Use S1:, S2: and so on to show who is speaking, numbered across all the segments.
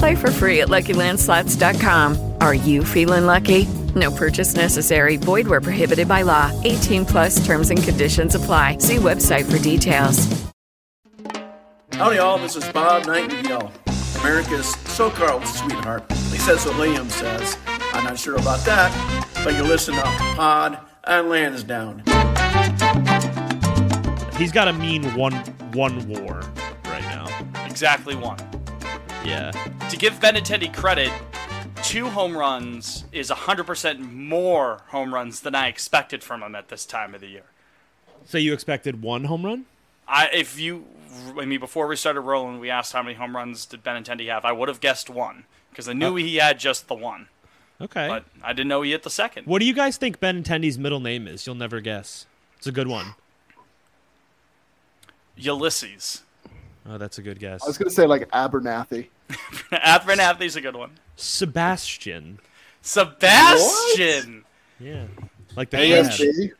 S1: Play for free at LuckyLandSlots.com. Are you feeling lucky? No purchase necessary. Void where prohibited by law. 18 plus terms and conditions apply. See website for details.
S2: Howdy, y'all. This is Bob Nightingale, America's so-called sweetheart. At least that's what Williams says. I'm not sure about that, but you listen to Pod and Lansdowne.
S3: He's got to mean one one war right now.
S4: Exactly one.
S3: Yeah.
S4: To give Benintendi credit, two home runs is 100% more home runs than I expected from him at this time of the year.
S3: So you expected one home run?
S4: I, if you, I mean, before we started rolling, we asked how many home runs did Benintendi have. I would have guessed one because I knew he had just the one,
S3: Okay.
S4: but I didn't know he hit the second.
S3: what do you guys think Ben Benintendi's middle name is? You'll never guess. It's a good one.
S4: Ulysses.
S3: Oh, that's a good guess.
S5: I was gonna say like Abernathy.
S4: Abernathy's a good one.
S3: Sebastian.
S4: Sebastian.
S3: Yeah. Like the
S4: Hey,
S3: crab.
S5: ASB?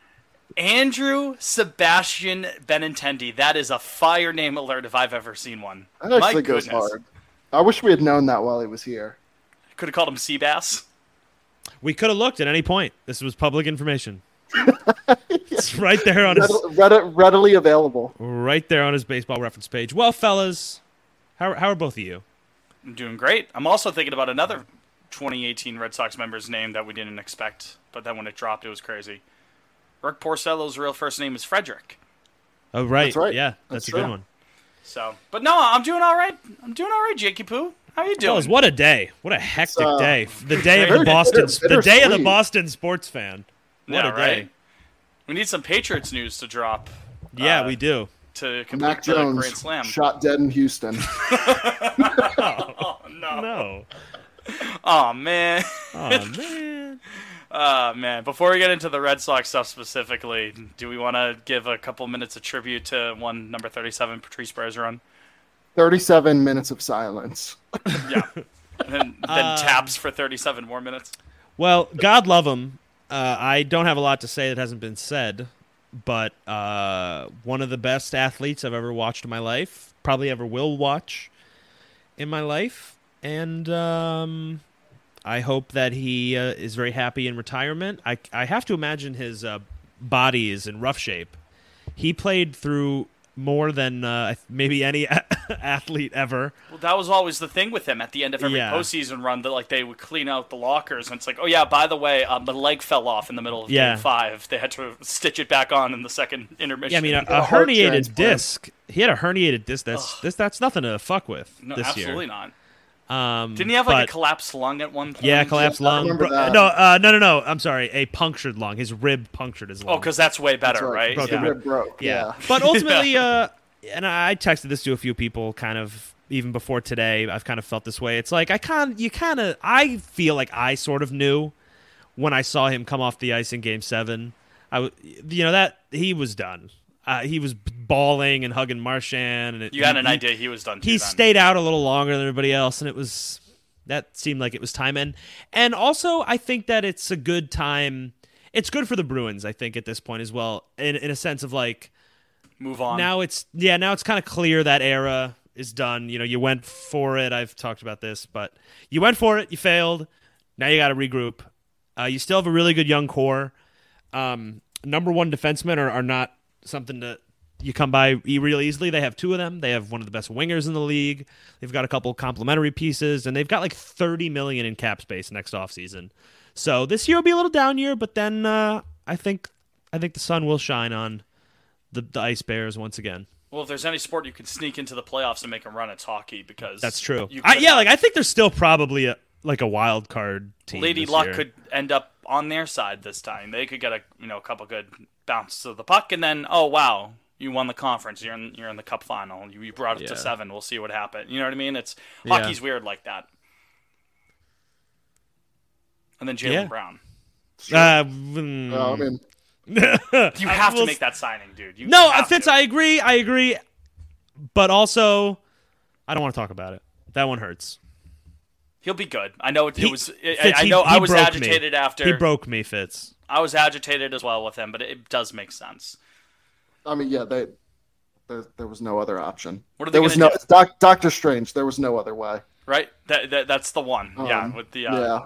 S4: Andrew Sebastian Benintendi. That is a fire name alert if I've ever seen one.
S5: That actually
S4: My
S5: goes
S4: goodness.
S5: hard. I wish we had known that while he was here.
S4: Could have called him Seabass.
S3: We could have looked at any point. This was public information. it's right there on his
S5: Readily, readi- readily available.
S3: right there on his baseball reference page. Well, fellas, how how are both of you?
S4: I'm doing great. I'm also thinking about another 2018 Red Sox member's name that we didn't expect, but then when it dropped, it was crazy. Rick Porcello's real first name is Frederick.
S3: Oh, right.
S5: That's right.
S3: Yeah, that's, a
S5: true.
S3: good one.
S4: So, but no, I'm doing all right. I'm doing all right, Jakey Poo. How you doing?
S3: Fellas, what a day! What a hectic
S5: uh,
S3: day! The day of
S5: very
S3: the Boston,
S5: bitter-
S3: the day of the
S5: bittersweet.
S3: Boston sports fan. What
S4: yeah,
S3: a day!
S4: right. We need some Patriots news to drop
S3: Yeah,
S4: Uh,
S3: we do.
S4: to complete
S5: Mac
S4: the
S5: Jones
S4: Grand Slam.
S5: shot dead in Houston.
S4: Oh no.
S3: No,
S4: Oh man.
S3: oh man.
S4: Oh man. Before we get into the Red Sox stuff specifically, do we want to give a couple minutes of tribute to one number 37, Patrice Bergeron?
S5: Thirty-seven minutes of silence.
S4: And then, then taps for 37 more minutes.
S3: Well, God love him. Uh, I don't have a lot to say that hasn't been said, but uh, one of the best athletes I've ever watched in my life, probably ever will watch in my life, and um, I hope that he uh, is very happy in retirement. I I have to imagine his uh, body is in rough shape. He played through more than uh, maybe any athlete ever.
S4: Well, that was always the thing with him at the end of every
S3: Yeah.
S4: postseason run that like they would clean out the lockers and it's like, oh yeah, by the way, um, my leg fell off in the middle of
S3: Yeah.
S4: game five. They had to stitch it back on in the second intermission.
S3: Yeah, I mean uh, a,
S5: a
S3: a
S5: heart
S3: herniated
S5: transplant.
S3: disc. He had a herniated disc. That's this. That's nothing to fuck with
S4: no,
S3: this
S4: absolutely
S3: year.
S4: not.
S3: Um,
S4: Didn't he have like
S3: but-
S4: a collapsed lung at one point?
S3: Yeah, collapsed
S5: I
S3: lung.
S5: remember
S3: Bro-
S5: that.
S3: no, uh, no, no, no. I'm sorry. A punctured lung. His rib punctured his lung.
S4: Oh, because that's way better,
S5: right.
S4: right?
S3: Broken
S4: Yeah.
S3: rib.
S5: It broke. Yeah.
S3: But ultimately, uh, and I texted this to a few people, kind of even before today. I've kind of felt this way. It's like I kind, you kind of, I feel like I sort of knew when I saw him come off the ice in Game Seven. I, w- you know, that he was done. Uh, he was bawling and hugging Marchand, and it,
S4: You had an
S3: he-
S4: idea he was done. too
S3: he
S4: then.
S3: stayed out a little longer than everybody else and it was that seemed like it was time and and also i think that it's a good time it's good for the bruins i think at this point as well in, in a sense of like
S4: move on.
S3: now it's yeah now it's kind of clear that era is done you know you went for it i've talked about this but you went for it you failed now you got to regroup uh, you still have a really good young core um, number one defensemen are, are not something that you come by e- real easily they have two of them they have one of the best wingers in the league they've got a couple complementary pieces and they've got like 30 million in cap space next offseason so this year will be a little down year but then uh, i think i think the sun will shine on the, the ice bears once again
S4: well, if there's any sport you can sneak into the playoffs and make a run, it's hockey because
S3: That's true.
S4: you
S3: I,
S4: could-
S3: yeah, like I think there's still probably a like a wild card team.
S4: Lady
S3: this
S4: Luck
S3: year.
S4: could end up on their side this time. They could get a you know a couple good bounces of the puck, and then oh wow, you won the conference. You're in you're in the cup final. You, you brought it
S3: Yeah.
S4: to seven. We'll see what happens. You know what I mean? It's
S3: Yeah.
S4: hockey's weird like that. And then Jalen
S3: Yeah.
S4: Brown.
S3: Uh, mm.
S5: Uh, I mean,
S4: You have
S3: well,
S4: to make that signing, dude. You
S3: no, uh,
S4: have
S3: Fitz,
S4: to.
S3: I agree. I agree, but also I don't want to talk about it. That one hurts.
S4: He'll be good. I know it, it
S3: He-
S4: was. It,
S3: Fitz,
S4: I, I
S3: he-
S4: know
S3: he
S4: I was
S3: broke me.
S4: agitated after.
S3: He broke me, Fitz.
S4: I was agitated as well with him, but it does make sense.
S5: I mean, yeah, they there, there was no other option.
S4: What are they
S5: there was no
S4: gonna do?
S5: Doc, Doctor Strange. There was no other way.
S4: Right? That, that that's the one. yeah,
S5: Um,
S4: with the uh,
S5: yeah,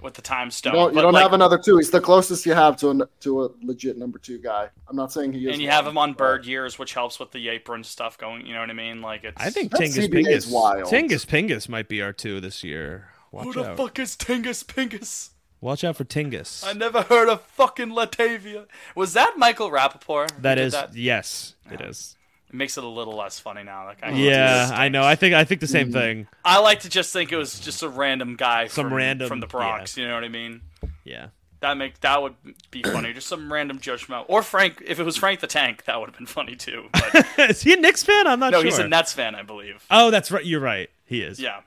S4: with the time
S5: you
S4: stone.
S5: don't, you
S4: But,
S5: don't
S4: like,
S5: have another two. He's the closest you have to a to a legit number two guy. I'm not saying he is.
S4: and you have
S5: one,
S4: him on
S5: but-
S4: bird years, which helps with the apron stuff going. You know what I mean? Like it's.
S3: I think
S5: That
S3: Tingus
S5: CBA is
S3: Pingus.
S5: wild.
S3: Tingus Pingus might be our two this year.
S4: Who
S3: Watch
S4: the
S3: out!
S4: fuck is Tingus Pingus?
S3: Watch out for Tingus.
S4: I never heard of fucking Latavia. Was that Michael Rappaport? who
S3: that
S4: did
S3: is yes,
S5: Oh,
S3: it is.
S4: It makes it a little less funny now. That guy.
S3: Yeah, I know. I think I think the
S5: Mm.
S3: same thing.
S4: I like to just think it was just a random guy.
S3: Some
S4: from,
S3: random-
S4: from the Bronx. You know what I mean?
S3: Yeah.
S4: That make that would be funny. Just some random Joe Schmo or Frank. If it was Frank the Tank, that would have been funny too. But
S3: is he a Knicks fan? I'm not
S4: no,
S3: sure.
S4: he's a Nets fan, I believe.
S3: Oh, that's right. You're right. He is.
S4: Yeah.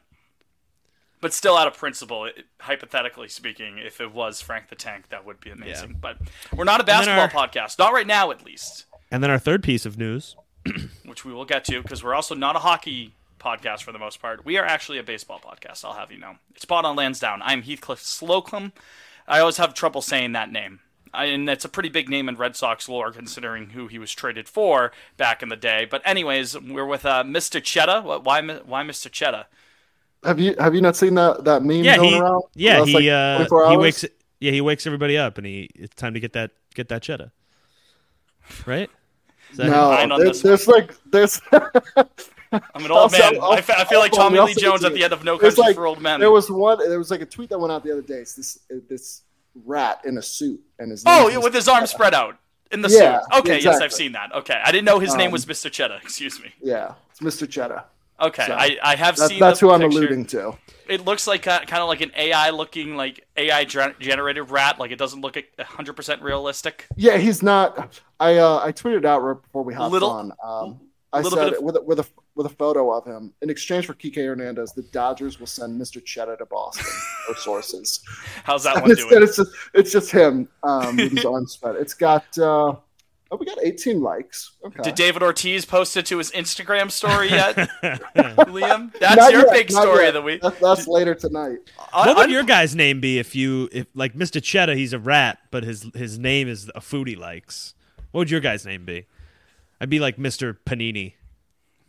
S4: But still, out of principle, it, hypothetically speaking, if it was Frank the Tank, that would be amazing. But we're not a
S3: And then
S4: basketball
S3: our-
S4: podcast, not right now at least,
S3: And then our third piece of news.
S4: which we will get to because we're also not a hockey podcast for the most part. We are actually a baseball podcast, I'll have you know. It's Bought on Lansdowne. I'm Heathcliff Slocum. I always have trouble saying that name. I, and that's a pretty big name in Red Sox lore considering who he was traded for back in the day. But, anyways, we're with uh, Mr. Chetta. Why, why Mr. Chetta?
S5: Have you have you not seen that that meme
S3: Yeah,
S5: going
S3: he,
S5: around?
S3: yeah,
S5: That's
S3: he
S5: like
S3: uh,
S5: 24
S3: he
S5: hours?
S3: wakes yeah, he wakes everybody up and he it's time to get that get that cheddar. Right? Is that him?
S4: behind
S5: No,
S4: on
S5: Oh, there's,
S4: this
S5: there's like there's.
S4: I'm an old
S5: Also,
S4: man.
S5: I'll-
S4: I fe- I feel like
S5: I'll-
S4: Tommy
S5: I'll
S4: Lee
S5: send it
S4: Jones
S5: to
S4: at
S5: you.
S4: the end of No
S5: There's
S4: Country
S5: like-
S4: for Old Men.
S5: There was one. There was like a tweet that went out the other day. It's this this rat in a suit and his.
S4: oh,
S5: name
S4: yeah,
S5: is-
S4: with his arms spread out in the
S5: Yeah,
S4: suit. Okay, yes,
S5: exactly.
S4: I've seen that. Okay, I didn't know his name
S5: Um,
S4: was Mr. Cheddar. Excuse me.
S5: yeah, it's Mr. Cheddar.
S4: Okay,
S5: so
S4: I, I have
S5: That,
S4: seen.
S5: that's
S4: the
S5: who I'm
S4: picture.
S5: alluding to.
S4: It looks like uh, kind of like an AI looking, like AI gen- generated rat. Like it doesn't look a hundred percent realistic.
S5: Yeah, he's not. I uh, I tweeted out right before we hopped
S4: Little-
S5: on. Um, I
S4: little
S5: said
S4: bit of-
S5: with a, with a with a photo of him in exchange for Kike Hernandez, the Dodgers will send Mr. Cheddar to Boston. or sources.
S4: How's that one
S5: it's,
S4: doing?
S5: it's just it's just him um, with his arms spread. It's got uh, oh, we got 18 likes. Okay.
S4: Did David Ortiz post it to his Instagram story yet, Liam? That's
S5: Not
S4: your
S5: yet,
S4: big
S5: not
S4: story
S5: yet.
S4: of the week.
S5: That's, that's later tonight.
S3: What
S4: Un-
S3: would your guy's name be if you if like Mr. Cheddar, he's a rat, but his his name is a food he likes. What would your guy's name be? I'd be like Mr. Panini.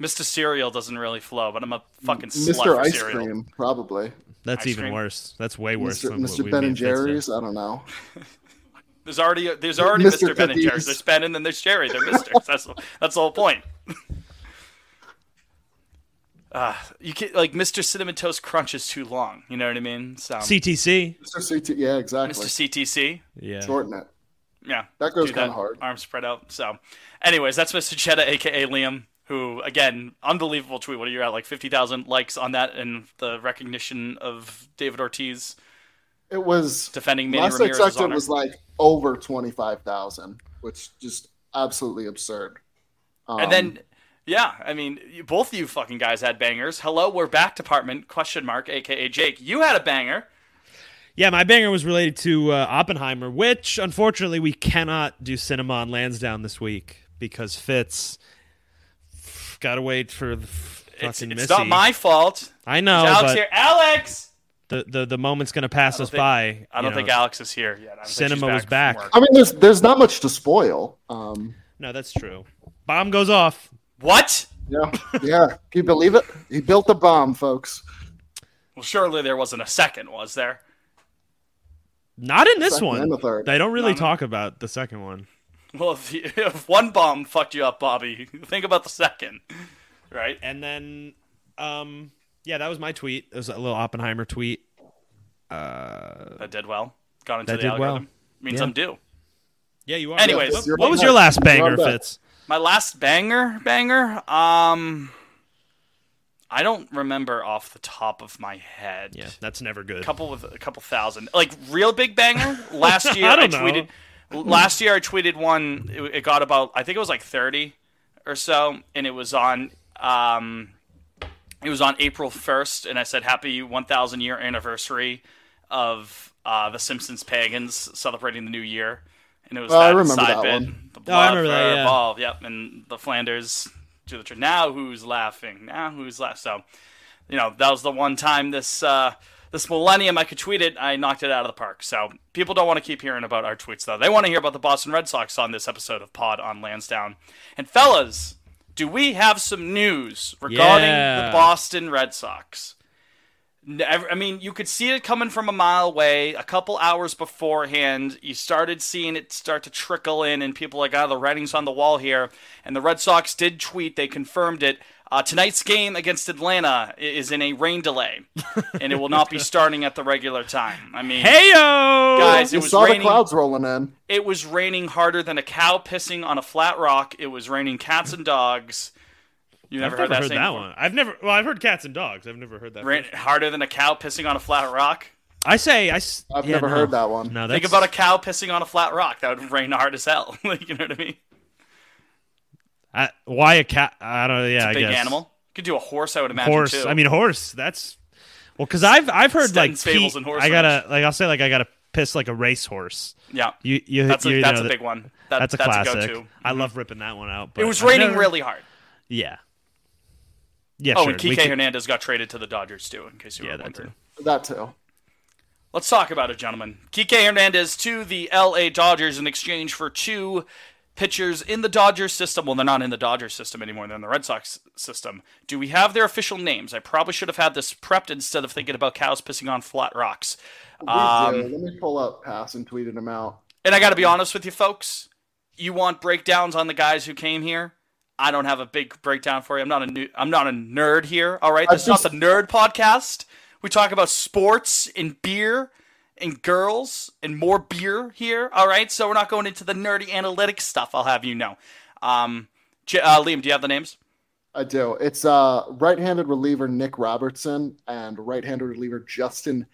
S4: Mr. Cereal doesn't really flow, but I'm a fucking slut
S5: Mr.
S4: for
S5: Ice
S4: cereal.
S5: Cream, probably.
S3: That's
S4: Ice
S3: even
S4: cream.
S3: worse. That's way worse
S5: Mr.
S3: than what
S5: Mr.
S3: we-
S5: Ben
S3: me
S5: and
S3: Fitz did.
S5: Jerry's. I don't know.
S4: There's already there's already
S5: Mr.
S4: Mr. Ben and
S5: Cookies.
S4: Jerry's. There's Ben and then there's Jerry. They're Mr. that's that's the whole point. Uh, you can like Mr. Cinnamon Toast Crunch is too long. You know what I mean? So
S3: CTC.
S5: Mr. CT, yeah,
S4: Mr.
S5: exactly.
S4: CTC.
S3: Yeah.
S5: Shorten it.
S4: Yeah,
S5: That goes
S4: do
S5: kinda hard.
S4: Arms spread out. So, anyways, that's Mr. Chetta, aka Liam, who again, unbelievable tweet. What are you at? Like fifty thousand likes on that, and the recognition of David Ortiz
S5: It was
S4: defending Manny
S5: last I
S4: Ramirez's
S5: checked, it
S4: honor.
S5: was like over 25,000, which just absolutely absurd. Um,
S4: And then, yeah, I mean, you, both of you fucking guys had bangers. Hello, we're back department, question mark, aka Jake. You had a banger.
S3: Yeah, my banger was related to uh, Oppenheimer, which unfortunately we cannot do cinema on Lansdowne this week because Fitz got to wait for the f-
S4: It's,
S3: fucking
S4: it's
S3: Missy.
S4: not my fault.
S3: I know,
S4: Alex
S3: but
S4: here. Alex!
S3: the, the the moment's gonna pass us
S4: think-
S3: by.
S4: I don't
S3: you
S4: think
S3: know.
S4: Alex is here yet. I don't think she's
S3: Cinema was
S4: from
S3: back.
S4: work.
S5: I mean, there's there's not much to spoil. Um,
S3: No, that's true. Bomb goes off.
S4: What?
S5: Yeah, yeah. Can you believe it? He built a bomb, folks.
S4: Well, surely there wasn't a second, was there?
S3: Not in this
S5: Second
S3: one.
S5: and the third.
S3: They don't really talk about the second one.
S4: Well, if, you, if one bomb fucked you up, Bobby, think about the second, right?
S3: And then, um, yeah, that was my tweet. It was a little Oppenheimer tweet.
S4: That did well. Got into
S3: Uh, That
S4: the
S3: did well.
S4: algorithm. Means
S3: Yeah.
S4: I'm due.
S3: Yeah, you are.
S4: Anyways,
S5: Yes, you're
S3: what was
S5: right.
S3: your last banger,
S5: You're right.
S3: Fitz?
S4: my last banger, banger. Um, I don't remember off the top of my head.
S3: Yeah, that's never good.
S4: couple with a couple thousand, like real big banger. Last year
S3: I
S4: I,
S3: don't know.
S4: tweeted. Last year I tweeted one. It, it got about I think it was like thirty or so, and it was on. Um, it was on April first, and I said happy one thousand year anniversary of uh, the Simpsons pagans celebrating the new year, and it was
S5: Oh, I
S4: that
S5: remember
S4: side
S5: that
S4: bit.
S5: one.
S4: The
S3: Oh, I
S4: blood
S3: remember that,
S4: for
S3: yeah.
S4: Ball, Yep, and the Flanders do the trick. Now who's laughing? Now who's laughing? So you know that was the one time this uh, this millennium I could tweet it. I knocked it out of the park. So people don't want to keep hearing about our tweets though. They want to hear about the Boston Red Sox on this episode of Pod on Lansdowne. And fellas, do we have some news regarding
S3: Yeah.
S4: the Boston Red Sox? N- ev- I mean, you could see it coming from a mile away. A couple hours beforehand, you started seeing it start to trickle in, and people like, "Ah, the writing's on the wall here." And the Red Sox did tweet; they confirmed it. Uh, tonight's game against Atlanta i- is in a rain delay, and it will not be starting at the regular time. I mean,
S3: Heyo,
S4: guys,
S5: You
S4: it was
S5: saw the
S4: raining.
S5: clouds rolling in.
S4: It was raining harder than a cow pissing on a flat rock. It was raining cats and dogs. You
S3: I've
S4: never
S3: never
S4: heard that
S3: heard
S4: saying
S3: that
S4: before?
S3: one. I've never. Well, I've heard cats and dogs. I've never heard that.
S4: Rain, harder than a cow pissing on a flat rock.
S3: I say. I. s-
S5: I've
S3: yeah,
S5: never
S3: no.
S5: heard that one.
S3: No, that's,
S4: Think about a cow pissing on a flat rock. That would rain hard as hell. Like, you know what I mean?
S3: I, why a cat? I don't. know. Yeah, I
S4: Big
S3: guess.
S4: animal. You could do a horse, I would imagine.
S3: Horse.
S4: Too.
S3: I mean, horse. That's well, because I've I've heard like
S4: Stenton's Fables
S3: pee-
S4: and Horse
S3: I gotta like I'll say like I gotta piss like a racehorse.
S4: yeah.
S3: You you
S4: that's a,
S3: you
S4: that's
S3: know
S4: a
S3: that-
S4: big one. That-
S3: that's a
S4: go
S3: classic.
S4: to.
S3: I love ripping that one out. But
S4: Mm-hmm. It was
S3: I've
S4: raining
S3: never-
S4: really hard.
S3: Yeah. Yeah.
S4: oh,
S3: sure.
S4: and
S3: We
S4: Kike
S3: could-
S4: Hernandez got traded to the Dodgers, too, in case you
S3: Yeah,
S4: were
S3: that
S4: wondering.
S3: too.
S5: That too.
S4: Let's talk about it, gentlemen. Kike Hernandez to the LA Dodgers in exchange for two pitchers in the Dodgers system. Well, they're not in the Dodgers system anymore, they're in the Red Sox system. Do we have their official names? I probably should have had this prepped instead of thinking about cows pissing on flat rocks.
S5: We do. uh, Let me pull up pass and tweeted him out.
S4: And I got to be honest with you, folks. You want breakdowns on the guys who came here? I don't have a big breakdown for you. I'm not a new, I'm not a nerd here. All right,
S5: I
S4: this is not
S5: just-
S4: the nerd podcast. We talk about sports and beer and girls and more beer here. All right, so we're not going into the nerdy analytics stuff. I'll have you know. Um, J- uh, Liam, do you have the names?
S5: I do. It's uh, right-handed reliever Nick Robertson and right-handed reliever Justin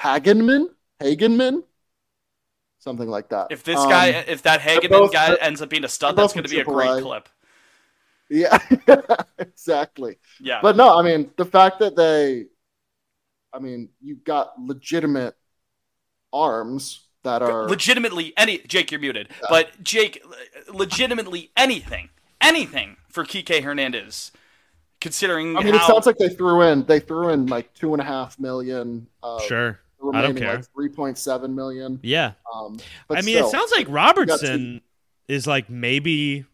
S5: Hagenman. Hagenman, something like that.
S4: If this
S5: Um,
S4: guy, if that Hageman
S5: both-
S4: guy
S5: they're-
S4: ends up being a stud,
S5: they're
S4: that's
S5: both
S4: going to
S5: from
S4: be a great
S5: AAA.
S4: clip.
S5: yeah, exactly.
S4: Yeah,
S5: But no, I mean the fact that they, I mean, you got legitimate arms that are
S4: legitimately any Jake, you're muted. But Jake, le- legitimately anything, anything for Kike Hernandez, considering
S5: I mean,
S4: how
S5: it sounds like they threw in they threw in like two and a half million. Uh,
S3: Sure.
S5: the remaining,
S3: I don't care.
S5: Like three point seven million.
S3: yeah.
S5: Um, but
S3: I mean,
S5: still,
S3: it sounds like Robertson is like maybe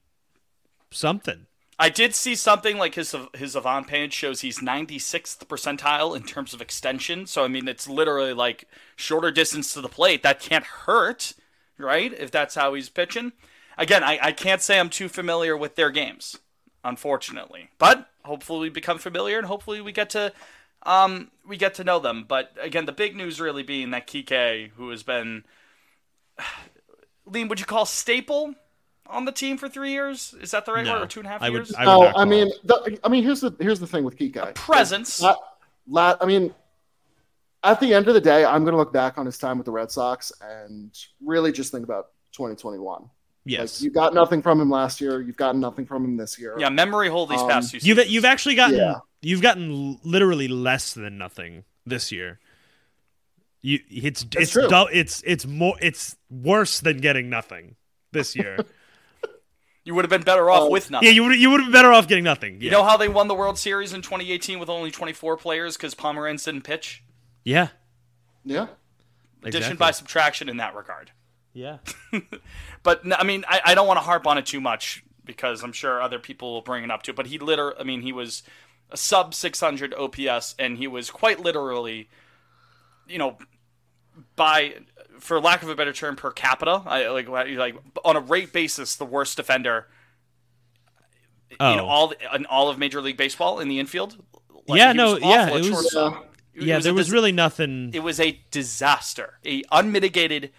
S3: something.
S4: I did see something like his his Avon page shows he's 96th percentile in terms of extension. So I mean, it's literally like shorter distance to the plate that can't hurt, right? If that's how he's pitching. Again, I, I can't say I'm too familiar with their games, unfortunately. But hopefully we become familiar and hopefully we get to um we get to know them. But again, the big news really being that Kike, who has been Liam, would you call staple on the team for three years? Is that the right
S3: No.
S4: word? Or two and a half
S3: I
S4: years?
S3: would. I, would
S5: No,
S3: not
S5: I
S3: call
S5: mean,
S3: it.
S5: the, I mean, here's the here's the thing with Kike.
S4: presence.
S5: La, la, I mean, at the end of the day, I'm going to look back on his time with the Red Sox and really just think about 2021.
S3: yes.
S5: Like, you got nothing from him last year. You've gotten nothing from him this year.
S4: yeah, memory hole these
S5: Um,
S4: past two
S3: You've
S4: seasons.
S3: you've actually gotten
S5: Yeah.
S3: you've gotten l- literally less than nothing this year. You it's it's
S5: true.
S3: dou- it's it's more it's worse than getting nothing this year.
S4: You would have been better off
S5: Oh.
S4: with nothing.
S3: yeah, you would you would have been better off getting nothing. Yeah.
S4: You know how they won the World Series in 2018 with only 24 players because Pomeranz didn't pitch?
S3: yeah.
S5: Yeah.
S4: Addition
S3: exactly.
S4: by subtraction in that regard.
S3: yeah.
S4: But n- I mean, I, I don't want to harp on it too much. because I'm sure other people will bring it up too. But he literally, I mean, he was a sub 600 OPS, and he was quite literally, you know, by for lack of a better term, per capita, I, like like on a rate basis, the worst defender in
S3: Oh.
S4: all in all of Major League Baseball in the infield. Like,
S3: Yeah,
S4: he
S3: no,
S4: was
S3: yeah,
S4: awful at
S3: it was-
S4: shortstop. It
S3: yeah,
S4: a
S3: there was
S4: dis-
S3: really nothing.
S4: it was a disaster, a unmitigated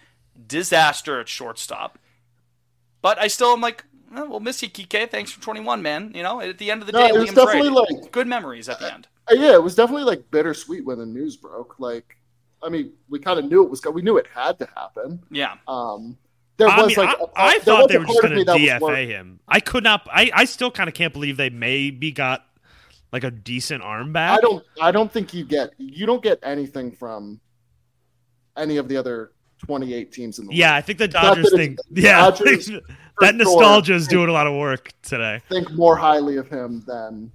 S4: disaster at shortstop. But I still am like, oh, well, miss you, Kike. Thanks for 21, man. You know, at the end of the
S5: No,
S4: day,
S5: it was
S4: Liam's
S5: definitely
S4: right.
S5: like-
S4: good memories at the end.
S5: Uh, yeah, it was definitely like bittersweet when the news broke. Like, I mean, we kind of knew it was. go- We knew it had to happen.
S4: Yeah,
S5: Um, there
S3: I
S5: was
S3: mean,
S5: like,
S3: I,
S5: a part-
S3: I
S5: there
S3: thought
S5: was
S3: they
S5: a
S3: were
S5: part
S3: just
S5: of me
S3: going to
S5: that was worried.
S3: DFA him. I could not. I, I still kind of can't believe they maybe got like a decent arm back.
S5: I don't. I don't think you get. You don't get anything from any of the other 28 teams in the
S3: Yeah,
S5: league.
S3: I think the Dodgers
S5: that
S3: think.
S5: it's-
S3: Yeah,
S5: Dodgers,
S3: that
S5: sure,
S3: nostalgia is
S5: think-
S3: doing a lot of work today.
S5: Think more highly of him than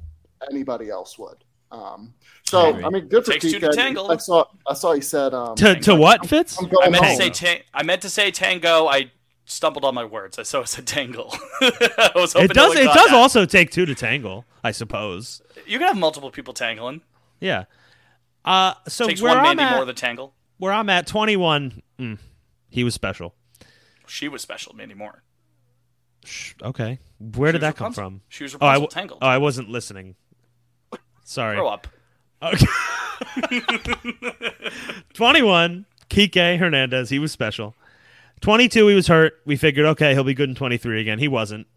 S5: anybody else would. Um, so
S3: Maybe.
S5: I mean, good for
S4: Takes two to
S5: Kike.
S4: tangle.
S5: I saw. I saw he said. Um,
S3: To to what Fitz?
S5: I'm going
S4: I meant
S5: home.
S4: to say ta- I meant to say tango. I stumbled on my words. I so I said tangle. I was hoping
S3: It does.
S4: no
S3: It
S4: one caught
S3: does
S4: that.
S3: also take two to tangle. I suppose.
S4: You can have multiple people tangling.
S3: Yeah. Uh, so
S4: Takes
S3: where
S4: one
S3: I'm
S4: maybe
S3: at,
S4: more than tangle.
S3: where I'm at, 21. mm, he was special.
S4: She was special, Mandy Moore.
S3: Sh- Okay. Where
S4: She
S3: did
S4: was
S3: that come
S4: Rapunzel.
S3: from?
S4: She was
S3: Oh, I,
S4: Rapunzel
S3: w-
S4: Tangled.
S3: oh, I wasn't listening. Sorry.
S4: Grow up.
S3: Okay. 21, Kike Hernandez. He was special. 22, he was hurt. We figured, okay, he'll be good in 23 again. He wasn't.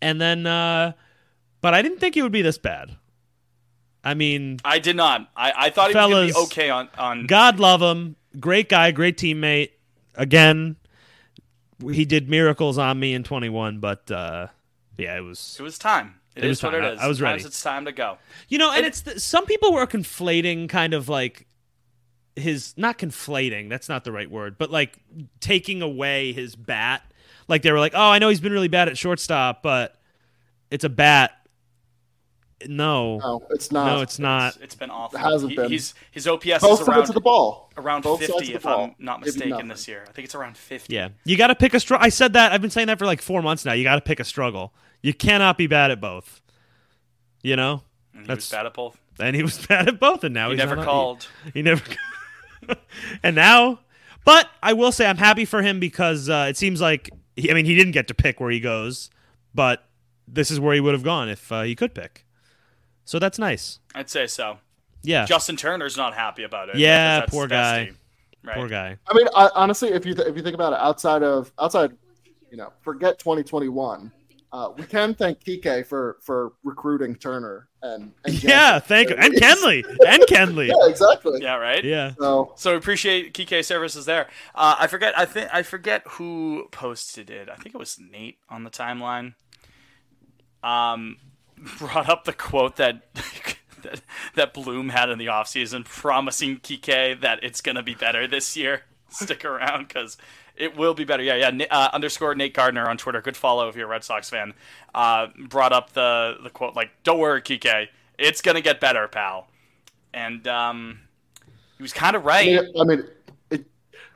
S3: And then, uh, but I didn't think he would be this bad. I mean,
S4: I did not. I, I thought he was going to be
S3: Fellas,
S4: okay on on.
S3: God love him. Great guy, great teammate. Again, he did miracles on me in 21, but uh, yeah, it was.
S4: It was time.
S3: It
S4: it
S3: was
S4: is what
S3: time.
S4: it
S3: I-
S4: is.
S3: I was
S4: Sometimes
S3: ready.
S4: It's time to go.
S3: You know, and it's the, some people were conflating kind of like his not conflating, that's not the right word, but like taking away his bat. Like they were like, "Oh, I know he's been really bad at shortstop, but it's a bat." No.
S4: Oh,
S5: No, it's
S3: No,
S5: not.
S3: it's not.
S4: It's, it's been awful.
S5: It hasn't
S4: He-
S5: been.
S4: He's his OPS
S5: both
S4: is around
S5: sides of the ball.
S4: around
S5: Both sides
S4: 50
S5: of the
S4: if
S5: ball
S4: I'm not
S5: give you
S4: mistaken
S5: nothing.
S4: this year. I think it's around 50.
S3: Yeah. You got to pick a struggle. I said that. I've been saying that for like 4 months now. You got to pick a struggle. You cannot be bad at both. You know?
S4: And he
S3: That's-
S4: was bad at both.
S3: And he was bad at both and now
S4: He
S3: he's
S4: never
S3: not-
S4: called.
S3: He never. and now, but I will say I'm happy for him because uh, it seems like he, I mean he didn't get to pick where he goes, but this is where he would have gone if uh, he could pick. So that's nice.
S4: I'd say so.
S3: Yeah,
S4: Justin Turner's not happy about it.
S3: Yeah,
S4: because that's-
S3: poor
S4: that's
S3: guy.
S4: the- Right.
S3: poor guy.
S5: I mean, I, honestly, if you th- if you think about it, outside of outside, you know, forget 2021. Uh, we can thank Kike for for recruiting Turner and, and
S3: Yeah,
S5: Jansen.
S3: thank and Kenley and Kenley.
S5: Yeah, exactly.
S4: Yeah, right?
S3: Yeah,
S5: So
S4: So we appreciate Kike services there. Uh, I forget. I think I forget who posted it. I think it was Nate on the timeline. Um, brought up the quote that that, that Bloom had in the offseason promising Kike that it's gonna be better this year. Stick around because it will be better. Yeah, yeah. Na- Uh, underscore Nate Gardner on Twitter. Good follow if you're a Red Sox fan. Uh, brought up the the quote like, "Don't worry, Kike. It's gonna get better, pal." And um, he was kind of right.
S5: I mean, I mean, it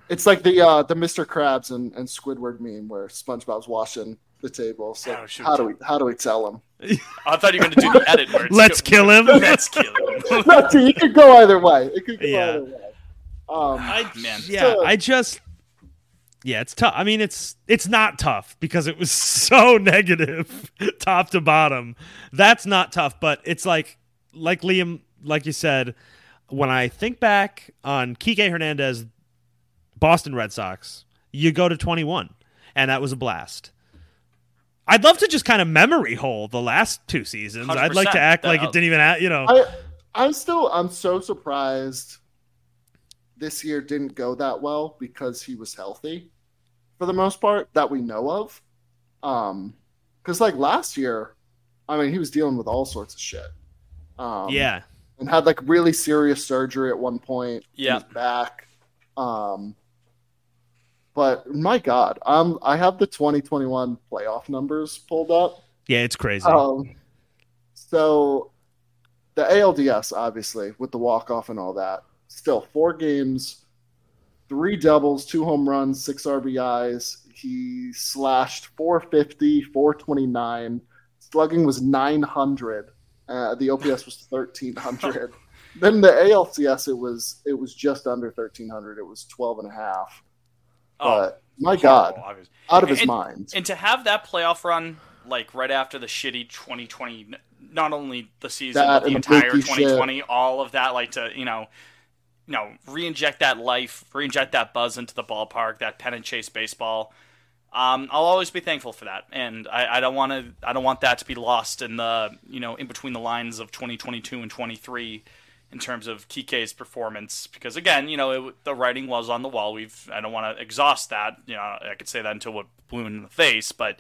S5: it's like the uh, the Mr. Krabs and, and Squidward meme where SpongeBob's washing the table. So
S4: Oh, shoot.
S5: how do we how do we tell him?
S4: I thought you were going to do the edit where it's
S3: let's kill him.
S4: Let's kill him.
S5: Not to, it could go either way. It could go
S3: Yeah.
S5: either way. Um,
S3: I,
S4: Man.
S3: yeah, I just yeah, it's tough. I mean, it's it's not tough because it was so negative, top to bottom. That's not tough, but it's like like Liam, like you said, when I think back on Kike Hernandez, Boston Red Sox, you go to twenty one, and that was a blast. I'd love to just kind of memory hole the last two seasons. i would like to
S4: 100%.
S3: act like
S4: That-
S3: it didn't even, ha- you know.
S5: I I'm still I'm so surprised this year didn't go that well because he was healthy for the most part that we know of. Um cuz like last year I mean he was dealing with all sorts of shit. Um
S3: yeah,
S5: and had like really serious surgery at one point in
S4: Yeah.
S5: his back. Um but my god, um I have the 2021 playoff numbers pulled up.
S3: yeah, it's crazy.
S5: Um, so the ALDS, obviously, with the walk off and all that, still four games, three doubles, two home runs, six RBIs. he slashed 450, 429. Slugging was 900. Uh, the OPS was 1300. then the ALCS, it was it was just under 1300. It was 12 and a half.
S4: Oh,
S5: but my
S4: horrible,
S5: God,
S4: obviously.
S5: out of his
S4: And-
S5: mind.
S4: And to have that playoff run, like right after the shitty 2020, n- not only the season,
S5: That
S4: but the
S5: and E the
S4: entire
S5: leaky shit.
S4: 2020, all of that, like to, you know, you know, re-inject that life, re-inject that buzz into the ballpark, that pen and chase baseball. Um, I'll always be thankful for that, and I, I don't want to. I don't want that to be lost in the you know in between the lines of 2022 and 23 in terms of Kike's performance, because again, you know, it, w- the writing was on the wall. We've I don't want to exhaust that. You know, I could say that until we're blue in the face, but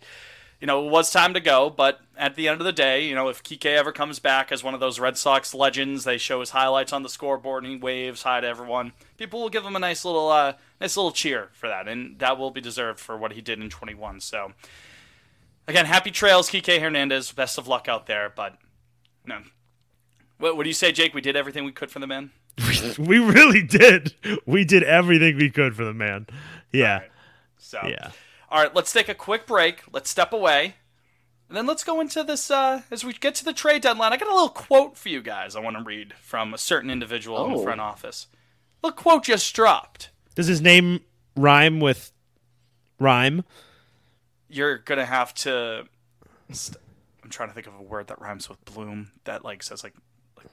S4: you know, it was time to go. But at the end of the day, you know, if Kike ever comes back as one of those Red Sox legends, they show his highlights on the scoreboard and he waves hi to everyone. People will give him a nice little, uh, nice little cheer for that, and that will be deserved for what he did in 21. So, again, happy trails, Kike Hernandez. Best of luck out there. But no, what, what do you say, Jake? We did everything we could for the man.
S3: we really did. We did everything we could for the man. Yeah.
S4: So,
S3: Yeah.
S4: All right, let's take a quick break. Let's step away. And then let's go into this uh, as we get to the trade deadline. I got a little quote for you guys I want to read from a certain individual in the
S5: Oh.
S4: front office. Little quote just dropped.
S3: Does his name rhyme with rhyme?
S4: You're going to have to. St- I'm trying to think of a word that rhymes with bloom that like says like like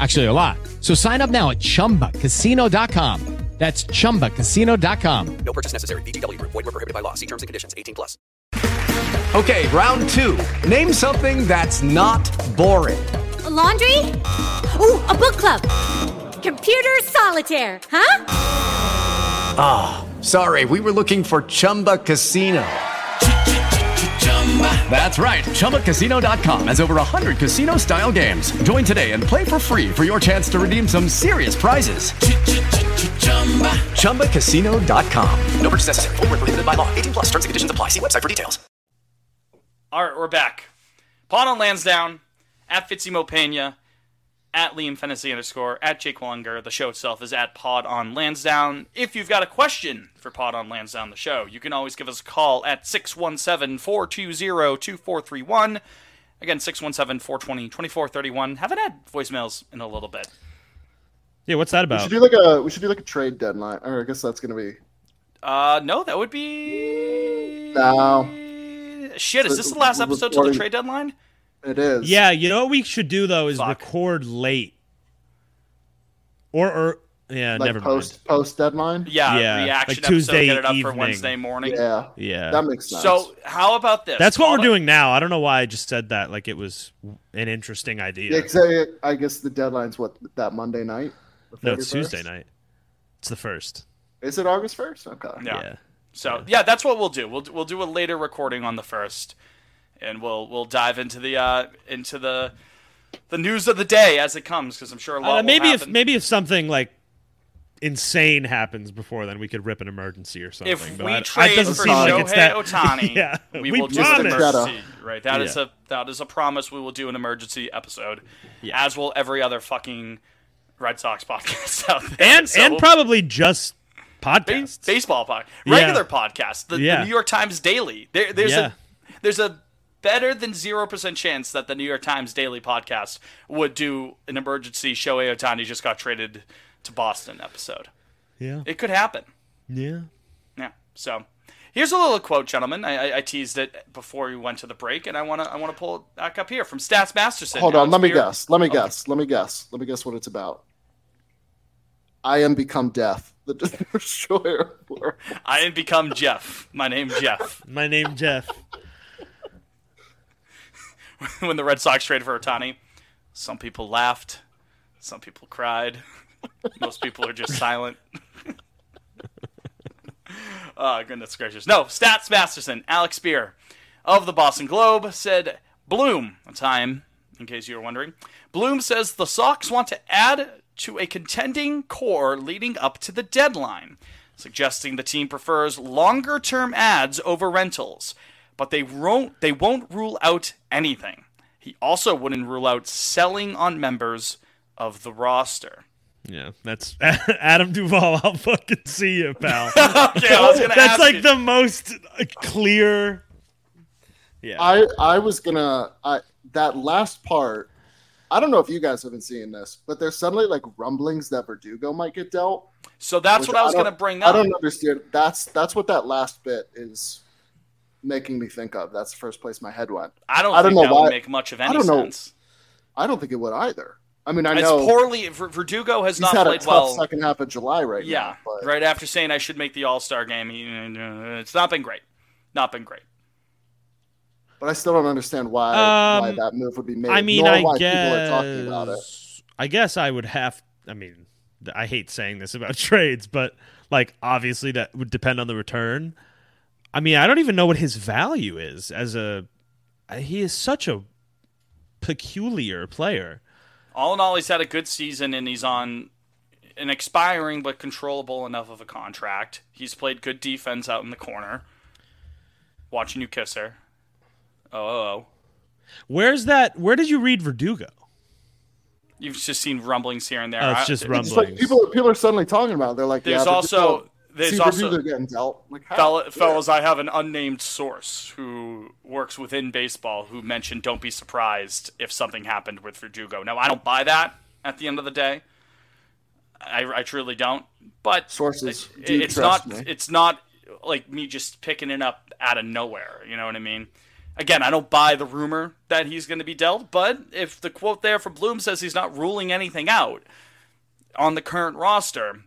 S6: Actually, a lot. So sign up now at chumbacasino.com. That's chumbacasino.com.
S7: No purchase necessary. VGW Group. Void were prohibited by law. See terms and conditions. 18 plus.
S8: Okay, round two. Name something that's not boring.
S9: laundry? Ooh, a book club. Computer solitaire, huh?
S8: Sorry, we were looking for Chumba Casino. That's right, ChumbaCasino.com has over 100 casino style games. Join today and play for free for your chance to redeem some serious prizes. ChumbaCasino.com.
S7: No purchase necessary. Void were prohibited by law. 18 plus. Terms and conditions apply. See website for details.
S4: All right, we're back. Pawn on Lansdowne, at Fitzimo Pena, at Liam Fennessy underscore, at Jake Wallinger. The show itself is at Pod on Lansdowne. If you've got a question for Pod on Lansdowne, the show, you can always give us a call at 617 420 2431. Again, 617 420 2431. Haven't had voicemails in a little bit.
S3: yeah, what's that
S5: We
S4: Oh.
S3: about?
S5: should do like a we should do like a trade deadline. Or I guess that's gonna be
S4: Uh, no, that would be.
S5: no.
S4: Shit, is this the last episode till the trade deadline?
S5: It is.
S3: Yeah, you know what we should do though is
S4: Fuck.
S3: record late. Or or yeah,
S5: like
S3: never
S5: post post deadline.
S4: Yeah,
S3: Yeah,
S4: reaction
S3: like Tuesday
S4: episode, get it up for
S3: evening.
S4: Wednesday morning.
S5: Yeah.
S3: mind. Yeah.
S5: That makes sense.
S4: So how about this?
S3: That's what
S4: Call
S3: we're
S4: the-
S3: doing now. I don't know why I just said that like it was an interesting idea.
S5: Yeah, 'cause I- I guess the deadline's what that Monday night. The
S3: No, it's
S5: 31st?
S3: Tuesday night. It's the first.
S5: Is it August first? Okay.
S4: Yeah.
S3: yeah.
S4: So yeah, that's what we'll do. We'll we'll do a later recording on the first, and we'll we'll dive into the uh into the the news of the day as it comes because I'm sure a lot.
S3: Uh,
S4: will
S3: maybe if
S4: happen.
S3: maybe if something like insane happens before then, we could rip an emergency or something.
S4: if
S3: but
S4: we
S3: I- it
S4: trade
S3: doesn't
S4: for
S3: seem like it's
S4: Shohei
S3: that.
S4: Otani,
S3: yeah,
S4: we, will
S3: promise.
S4: do an emergency. Right, That is
S3: Yeah.
S4: a that is a promise. We will do an emergency episode, as will every other fucking Red Sox podcast out there.
S3: and
S4: So
S3: and
S4: we'll-
S3: probably just
S4: Ba-
S3: podcasts.
S4: baseball podcast,
S3: Yeah.
S4: regular podcast, the, the
S3: Yeah.
S4: New York Times Daily. There, there's
S3: Yeah.
S4: a there's a better than zero percent chance that the New York Times Daily podcast would do an emergency Shohei Otani just got traded to Boston episode.
S3: Yeah.
S4: It could happen.
S3: yeah.
S4: Yeah. So here's a little quote, gentlemen. I, I, I teased it before we went to the break, and I wanna I wanna pull it back up here from Stats Masterson.
S5: Hold
S4: Now
S5: on.
S4: it's
S5: Let me
S4: New York-
S5: guess. Let me guess. Let me guess. Let me guess what it's about. I am become death. The destroyer. of worlds.
S4: I didn't become Jeff. My name Jeff.
S3: My name Jeff.
S4: when the Red Sox traded for Otani, some people laughed, some people cried, most people are just silent. Uh, goodness gracious. No, Stats Masterson, Alex Spear of the Boston Globe said Bloom, a time, in case you were wondering. Bloom says the Sox want to add to a contending core leading up to the deadline, suggesting the team prefers longer term ads over rentals, but they won't, they won't rule out anything. He also wouldn't rule out selling on members of the roster.
S3: Yeah, that's Adam Duvall. I'll fucking see you, pal.
S4: okay, I was gonna
S3: that's
S4: ask
S3: like
S4: you.
S3: the most uh, clear. Yeah,
S5: I I was gonna I that last part. I don't know if you guys haven't seen this, but there's suddenly like rumblings that Verdugo might get dealt.
S4: So that's
S5: which
S4: what I was
S5: don't-
S4: going to bring up.
S5: I don't understand. That's that's what that last bit is making me think of. That's the first place my head went.
S4: I don't
S5: I don't
S4: think
S5: know
S4: that
S5: why-
S4: would make much of any
S5: don't know.
S4: sense.
S5: I don't think it would either. I mean, I
S4: It's
S5: know
S4: poorly. Ver- Verdugo has
S5: he's
S4: not
S5: had a
S4: played
S5: tough
S4: well.
S5: second half of July right
S4: yeah,
S5: now. But
S4: right after saying I should make the All Star game, he, it's not been great. Not been great.
S5: But I still don't understand why why
S3: Um,
S5: that move would be made.
S3: I mean,
S5: nor
S3: I
S5: why
S3: guess.
S5: people are talking about it.
S3: I guess I would have. I mean, th- I hate saying this about trades, but like obviously that would depend on the return. I mean, I don't even know what his value is as a. He is such a peculiar player.
S4: All in all, he's had a good season and he's on an expiring but controllable enough of a contract. He's played good defense out in the corner. Watching you kiss her. Oh, oh, oh.
S3: Where's that? Where did you read Verdugo?
S4: You've just seen rumblings here and there.
S3: Oh, it's
S4: I-
S3: just
S5: It's just like
S3: rumblings.
S5: people people are suddenly talking about. It. They're like,
S4: There's
S5: yeah,
S4: also-
S5: Verdugo-
S4: there's
S5: see,
S4: also-
S5: Verdugo getting dealt. Like, how?
S4: Fella, fellas, I have an unnamed source who works within baseball who mentioned don't be surprised if something happened with Verdugo. Now, I don't buy that at the end of the day. I, I truly don't. But
S5: Sources,
S4: it-
S5: do you
S4: it's
S5: trust
S4: not
S5: me?
S4: it's not like me just picking it up out of nowhere, you know what I mean? Again, I don't buy the rumor that he's going to be dealt, but if the quote there from Bloom says he's not ruling anything out on the current roster,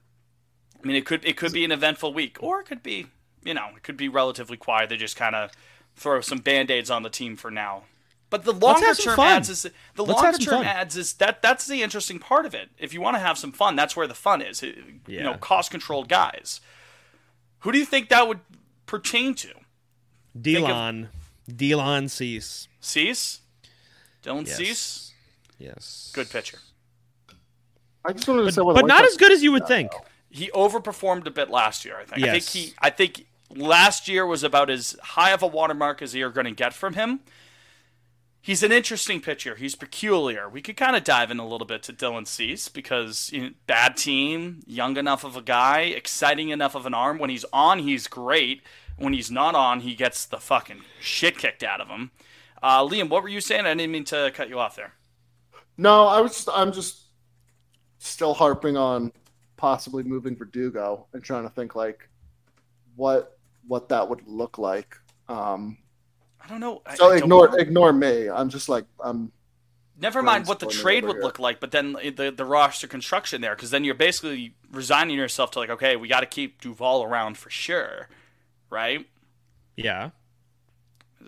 S4: I mean, it could it could be an eventful week, or it could be you know it could be relatively quiet. They just kind of throw some band aids on the team for now. But the
S3: Let's have
S4: longer
S3: some
S4: term
S3: fun.
S4: ads is the
S3: Let's have
S4: longer
S3: some fun.
S4: term ads is that that's the interesting part of it. If you want to have some fun, that's where the fun is. It- You know,
S3: Yeah.
S4: cost controlled guys. Who do you think that would pertain to?
S3: Delon. Delon Cease.
S4: Cease, Dylan
S3: Yes.
S4: Cease,
S3: Yes.
S4: good pitcher.
S5: I just wanted to
S3: But,
S5: say, where the
S3: but
S5: White
S3: not
S5: Sox-
S3: as good as you would think.
S4: he overperformed a bit last year. I think. I
S3: Yes.
S4: think he. I think last year was about as high of a watermark as you're going to get from him. He's an interesting pitcher. He's peculiar. We could kind of dive in a little bit to Dylan Cease because you know, bad team, young enough of a guy, exciting enough of an arm. When he's on, he's great. When he's not on, he gets the fucking shit kicked out of him. Uh, Liam, what were you saying? I didn't mean to cut you off there.
S5: No, I was. Just, I'm just still harping on possibly moving Verdugo and trying to think like what what that would look like. Um,
S4: I don't know. I-
S5: so
S4: I don't
S5: ignore
S4: know.
S5: ignore me. I'm just like I'm.
S4: Never mind what the
S5: Brainstorming
S4: trade
S5: over
S4: would
S5: here.
S4: look like, but then the the roster construction there, because then you're basically resigning yourself to like, okay, we got to keep Duval around for sure, right?
S3: Yeah.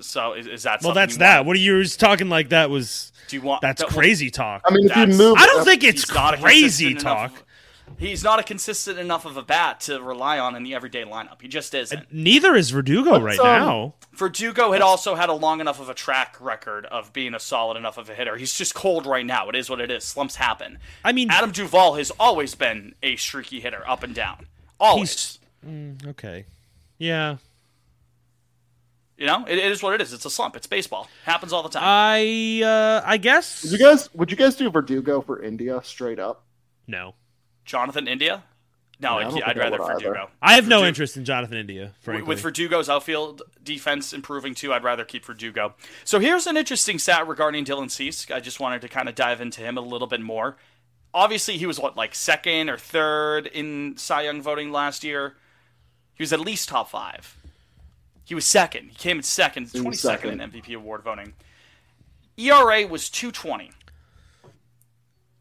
S4: So is, is that
S3: Well,
S4: something
S3: that's
S4: you
S3: that.
S4: Want?
S3: What are you was talking like? That was
S4: Do you want
S3: that's
S4: that- well,
S3: crazy talk.
S5: I mean, if you
S4: That's-
S5: move,
S3: I don't
S5: up-
S3: think it's
S4: he's not a
S3: crazy
S4: consistent enough-
S3: talk.
S4: He's not a consistent enough of a bat to rely on in the everyday lineup. He just isn't.
S3: Neither is Verdugo Oh, right
S5: um,
S3: now.
S4: Verdugo had also had a long enough of a track record of being a solid enough of a hitter. He's just cold right now. It is what it is. Slumps happen.
S3: I mean-
S4: Adam Duvall has always been a streaky hitter, up and down. Always.
S3: Okay. Yeah.
S4: You know, it, it is what it is. It's a slump. It's baseball. Happens all the time.
S3: I uh I guess
S5: Would you guys would you guys do Verdugo for India straight up?
S3: no.
S4: Jonathan India? No,
S5: Yeah, I
S4: I'd,
S5: don't think
S4: I'd
S5: I
S4: rather
S5: would either.
S4: Verdugo.
S3: I have no
S4: Verdu-
S3: interest in Jonathan India. Frankly,
S4: With Verdugo's outfield defense improving too, I'd rather keep Verdugo. So here's an interesting stat regarding Dylan Cease. I just wanted to kind of dive into him a little bit more. Obviously, he was what like second or third in Cy Young voting last year. He was at least top five. He was second. He came in second,
S5: He
S4: twenty
S5: was
S4: second
S5: second.
S4: in MVP award voting. ERA was two twenty,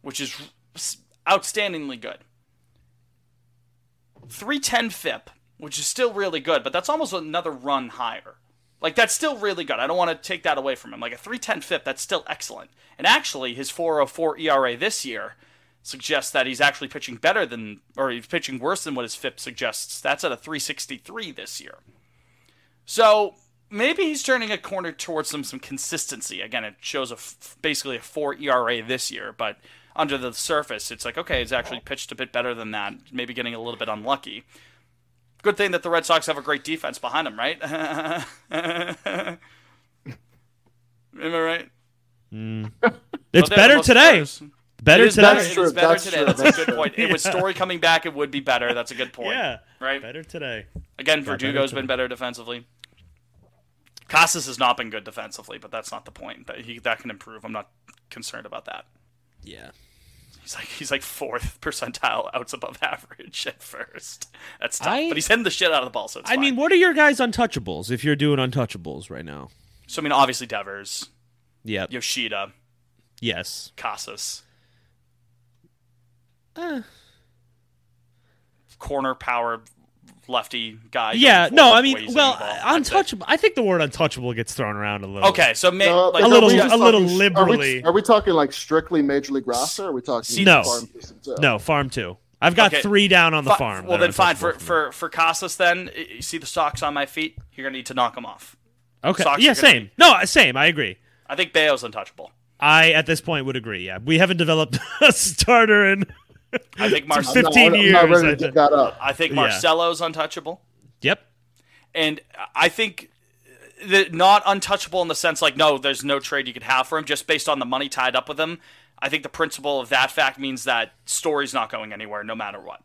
S4: which is s- outstandingly good. 310 FIP, which is still really good, but that's almost another run higher. Like that's still really good. I don't want to take that oh away from him. Like a 310 FIP, that's still excellent. And actually, his 404 ERA E this year suggests that he's actually pitching better than, or he's pitching worse than what his FIP suggests. That's at a 363 this year. So maybe he's turning a corner towards some some consistency. Again, it shows a f- basically a four ERA this year, but under the surface, it's like okay, he's actually pitched a bit better than that. Maybe getting a little bit unlucky. Good thing that the Red Sox have a great defense behind him, right? Am I right?
S5: It's
S4: they're the
S5: better
S4: most
S5: today.
S4: diverse.
S5: Better
S4: It is
S5: today.
S4: better- it is better
S3: That's
S4: today.
S3: true.
S4: That's a
S3: That's
S4: good
S3: true.
S4: point. With Story coming back, it would be better. That's a good point.
S5: Yeah.
S4: Right.
S5: Better today.
S4: Again,
S5: better
S4: Verdugo's
S5: today.
S4: been better defensively. Casas has not been good defensively, but that's not the point. That he that can improve. I'm not concerned about that.
S5: Yeah.
S4: He's like he's like fourth percentile outs above average at first. That's tough.
S5: I-
S4: but he's hitting the shit out of the ball, so it's
S5: I
S4: fine.
S5: mean, what are your guys' untouchables if you're doing untouchables right now?
S4: so I mean, obviously Devers,
S5: Yep.
S4: Yoshida,
S5: Yes.
S4: Casas,
S5: Uh,
S4: corner power lefty guy. going
S5: yeah. No,
S4: forward,
S5: I
S4: weighs
S5: mean,
S4: in
S5: well,
S4: the ball. That's it.
S5: untouchable. I think the word untouchable gets thrown around a little.
S4: Okay, so may,
S3: No,
S4: like,
S3: are
S5: a little-
S3: we
S5: a
S3: just
S5: little
S3: talking- Are
S5: liberally.
S3: we, are we talking like strictly Major League roster? Or are we talking
S5: No.
S3: farm system too?
S5: No, farm two. I've got
S4: Okay.
S5: three down on the
S4: Fi-
S5: farm.
S4: Well,
S5: that are
S4: then fine. For,
S5: untouchable me.
S4: for for Casas, then y- you see the socks on my feet. You're gonna need to knock them off.
S5: okay.
S4: socks
S5: Yeah,
S4: are gonna
S5: same. No, uh, same. I agree.
S4: I think Bayo's untouchable.
S5: I at this point would agree. Yeah, we haven't developed a starter in.
S4: I think Mar-
S3: I'm not-
S5: 15
S3: I'm not
S5: years,
S3: ready
S5: I
S3: to
S5: think.
S3: give that up.
S4: I think
S5: Yeah.
S4: Marcelo's untouchable,
S5: Yep.
S4: and I think the not untouchable in the sense like no, there's no trade you could have for him just based on the money tied up with him. I think the principle of that fact means that Story's not going anywhere no matter what,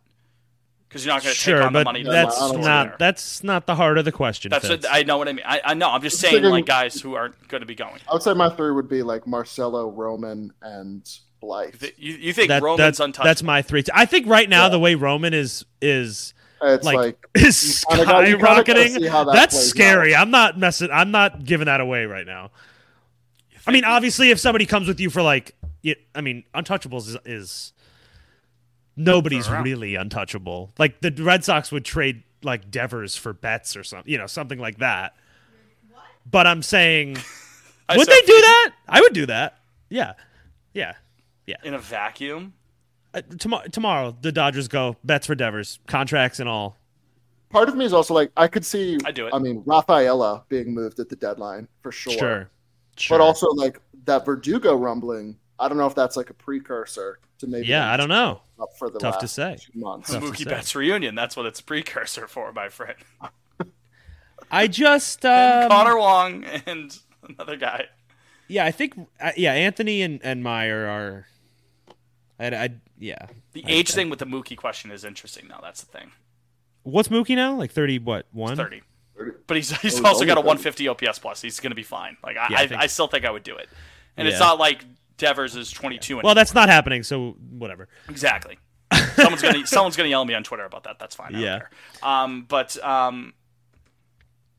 S4: because you're not going to
S5: Sure,
S4: take on the
S5: but
S4: money.
S5: that's
S3: No, I don't
S5: not
S4: That's,
S5: that's not the heart of the question.
S4: that's what,
S5: Fitz.
S4: I know what I mean. I, I know. I'm just
S3: I'm
S4: saying like
S3: thinking-
S4: guys who aren't going to be going.
S3: I would say my three would be like Marcelo, Roman, and Blythe.
S4: Th- You, you think
S5: That-
S4: Roman's
S5: that's,
S4: untouchable?
S5: that's my three. I think right now the way Roman is is
S3: It's
S5: like,
S3: like
S5: is
S3: kinda gotta- you kinda gotta
S5: skyrocketing.
S3: see how that
S5: that's
S3: plays
S5: scary. I'm not messing. I'm not giving that away right now. I mean, obviously, if somebody comes with you for like, y- I mean, untouchables is, is nobody's really untouchable. Like the Red Sox would trade like Devers for Betts or something, you know, something like that. But I'm saying,
S4: I
S5: would
S4: said-
S5: they do that? I would do that. Yeah, yeah.
S4: in a vacuum?
S5: Uh, tomorrow, tomorrow, the Dodgers go Betts for Devers, contracts and all.
S3: part of me is also like I could see.
S4: I do it.
S3: I mean, Rafaela being moved at the deadline for sure.
S5: Sure, sure.
S3: But also like that Verdugo rumbling. I don't know if that's like a precursor to maybe.
S5: yeah, I don't know.
S3: Up for the
S5: Tough to
S3: last
S5: say.
S3: Two months.
S5: Tough to
S4: Mookie
S5: say.
S4: Betts reunion. That's what it's a precursor for, my friend.
S5: I just
S4: And
S5: um,
S4: Connor Wong and another guy.
S5: yeah, I think uh, yeah, Anthony and and Meyer are. I, I yeah.
S4: The
S5: I-
S4: age
S5: I-
S4: thing with the Mookie question is interesting. Now that's the thing.
S5: What's Mookie now? Like thirty? What one?
S4: Thirty. But he's he's
S3: he's
S4: also
S3: only
S4: got a
S3: 30.
S4: 150 OPS plus. He's gonna be fine. Like I
S5: Yeah, I
S4: I,
S5: think-
S4: I still think I would do it. And it's
S5: Yeah.
S4: not like Devers is 22.
S5: Well,
S4: anymore.
S5: that's not happening. So whatever.
S4: exactly. someone's gonna someone's gonna yell at me on Twitter about that. That's fine. I don't
S5: Yeah.
S4: care. Um, but um,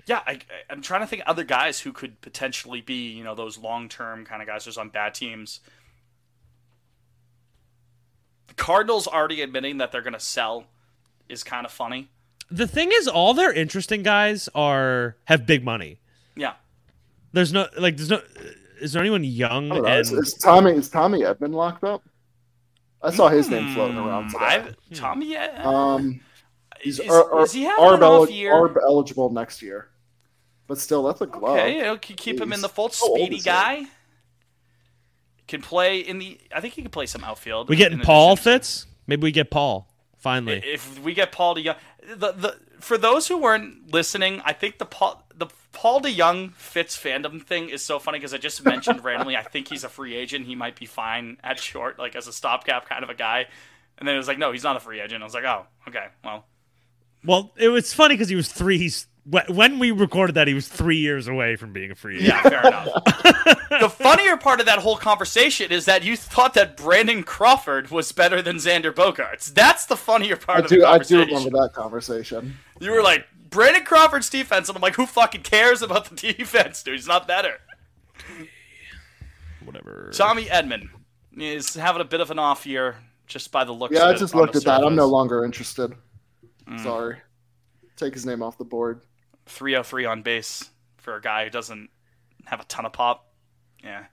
S4: yeah, I, I- I'm trying to think of other guys who could potentially be you know those long term kind of guys just on bad teams. The Cardinals already admitting that they're gonna sell is kind of funny.
S5: The thing is, all their interesting guys are have big money.
S4: Yeah,
S5: There's no like. There's no. Is there anyone young?
S3: I don't know.
S5: and
S3: Is, is Tommy is Tommy Edman locked up? I saw his name floating around
S4: I
S3: today.
S4: Tommy. Hmm, Yeah.
S3: Um,
S4: is,
S3: he's
S4: is,
S3: Arb-
S4: he
S3: Arb-
S4: having an
S3: Arb
S4: off
S3: eli-
S4: year?
S3: Arb eligible next year, but still, that's a glove.
S4: Okay, it'll k- keep him in
S3: He's-
S4: the fold.
S3: how old
S4: Speedy
S3: is he?
S4: guy. Can play in the. I think he can play some outfield.
S5: we
S4: in
S5: getting
S4: addition
S5: Paul
S4: to-
S5: Fitz? Maybe we get Paul finally.
S4: If we get Paul DeYoung, the, the for those who weren't listening, I think the Paul the Paul DeYoung Fitz fandom thing is so funny because I just mentioned randomly. I think he's a free agent. He might be fine at short, like as a stopgap kind of a guy. And then it was like, no, he's not a free agent. I was like, oh, okay, well,
S5: Well, it was funny because he was three. He's wh- when we recorded that, he was three years away from being a free agent.
S4: Yeah, fair enough. the funnier part of that whole conversation is that you thought that Brandon Crawford was better than Xander Bogarts. That's the funnier part
S3: I
S4: of the
S3: do. I do
S4: conversation.
S3: remember that conversation.
S4: You were like, Brandon Crawford's defense, and I'm like, who fucking cares about the defense, dude? He's not better.
S5: Whatever.
S4: Tommy Edmond is having a bit of an off year just by the looks
S3: Yeah,
S4: of
S3: I
S4: it
S3: just
S4: on
S3: looked
S4: the
S3: at that. I'm no
S4: surface. Mm.
S3: longer interested. Sorry. Take his name off the board.
S4: 303 on base for a guy who doesn't have a ton of pop. Yeah.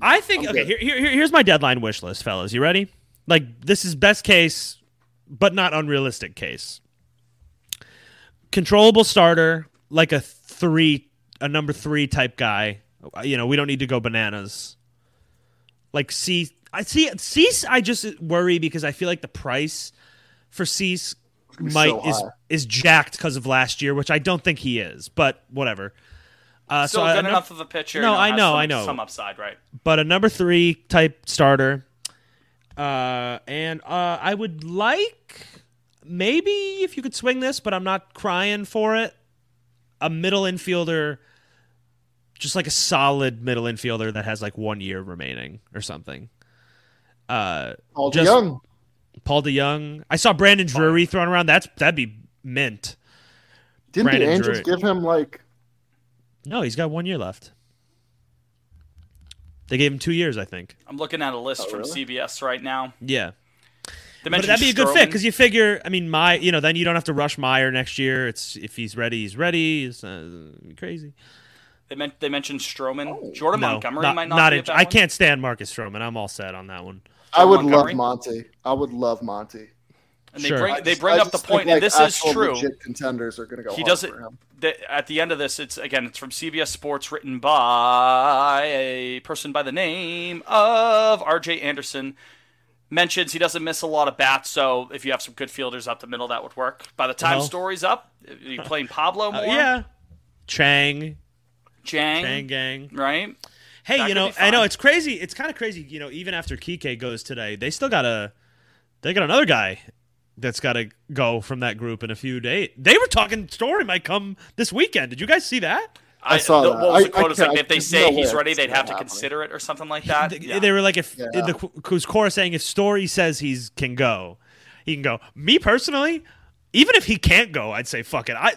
S5: I think
S3: I'm
S5: okay.
S3: good.
S5: Here, here, here- here's my deadline wish list, fellas. You ready?
S3: Like this is best case, but not unrealistic case. Controllable starter, like a three, a number three type guy. You know, we don't need to go bananas. Like C, I see Cease. I just worry because I feel like the price for Cease
S5: be
S3: might
S5: so
S3: is
S5: high.
S3: is jacked because of last year, which I don't think he is. But whatever. Uh,
S4: Still
S3: so I-
S4: good
S3: I know-
S4: enough of a pitcher.
S3: No,
S4: and
S3: I
S4: has
S3: know,
S4: some-
S3: I know.
S4: Some upside, right?
S3: but a number three type starter. Uh, and uh, I would like maybe if you could swing this, but I'm not crying for it. A middle infielder, just like a solid middle infielder that has like one year remaining or something. Uh,
S5: All
S3: just-
S5: young.
S3: Paul DeYoung. I saw Brandon Drury thrown around. That's that'd be mint.
S5: Didn't
S3: Brandon
S5: the Angels
S3: Drury.
S5: give him like
S3: No, he's got one year left. They gave him two years, I think.
S4: I'm looking at a list
S5: Oh,
S4: from CBS right now.
S3: Yeah.
S4: They
S3: But
S4: mentioned
S3: that'd be a good fit
S4: Stroman.
S3: because you figure, I mean, my, you know, then you don't have to rush Meyer next year. It's if he's ready, he's ready. It's uh, crazy.
S4: They, men- they mentioned
S5: Oh.
S4: Stroman. Jordan
S3: No,
S4: Montgomery
S3: not,
S4: might not,
S3: not
S4: be
S3: in-
S4: a bad
S3: I
S4: one.
S3: can't stand Marcus Stroman. I'm all set on that one.
S5: I would
S4: Montgomery?
S5: love Monty. I would love Monty.
S4: And they
S3: Sure.
S4: bring,
S5: I
S4: they
S5: just-
S4: bring
S5: I
S4: up the
S5: just
S4: point,
S5: think,
S4: and
S5: like,
S4: this is
S5: actual
S4: true.
S5: Legit contenders are going to go.
S4: he
S5: hard
S4: doesn't.
S5: For him.
S4: The, at the end of this, it's again, it's from CBS Sports, written by a person by the name of R.J. Anderson. Mentions he doesn't miss a lot of bats, so if you have some good fielders up the middle, that would work. By the time
S3: Well.
S4: story's up, you playing Pablo
S3: Uh-huh. Uh,
S4: more,
S3: yeah. Chang,
S4: Jang,
S3: Chang Gang.
S4: right?
S3: Hey,
S4: That
S3: you
S4: could
S3: know,
S4: be
S3: I know
S4: fine.
S3: it's crazy. It's kind of crazy, you know. Even after Kike goes today, they still got a, they got another guy that's got to go from that group in a few days. They were talking story might come this weekend. Did you guys see that?
S5: I saw
S4: the,
S5: that.
S4: What was the
S5: I-
S4: quote?
S5: I
S4: It's like
S5: can't-
S4: if they
S5: there's
S4: say
S5: no
S4: he's
S5: way
S4: ready,
S5: it's
S4: they'd
S5: not
S4: have to
S5: happening.
S4: consider it or something like that.
S3: They,
S4: Yeah.
S3: they were like, if
S5: Yeah.
S3: because Cora saying if Story says he's can go, he can go. Me personally, even if he can't go, I'd say fuck it. I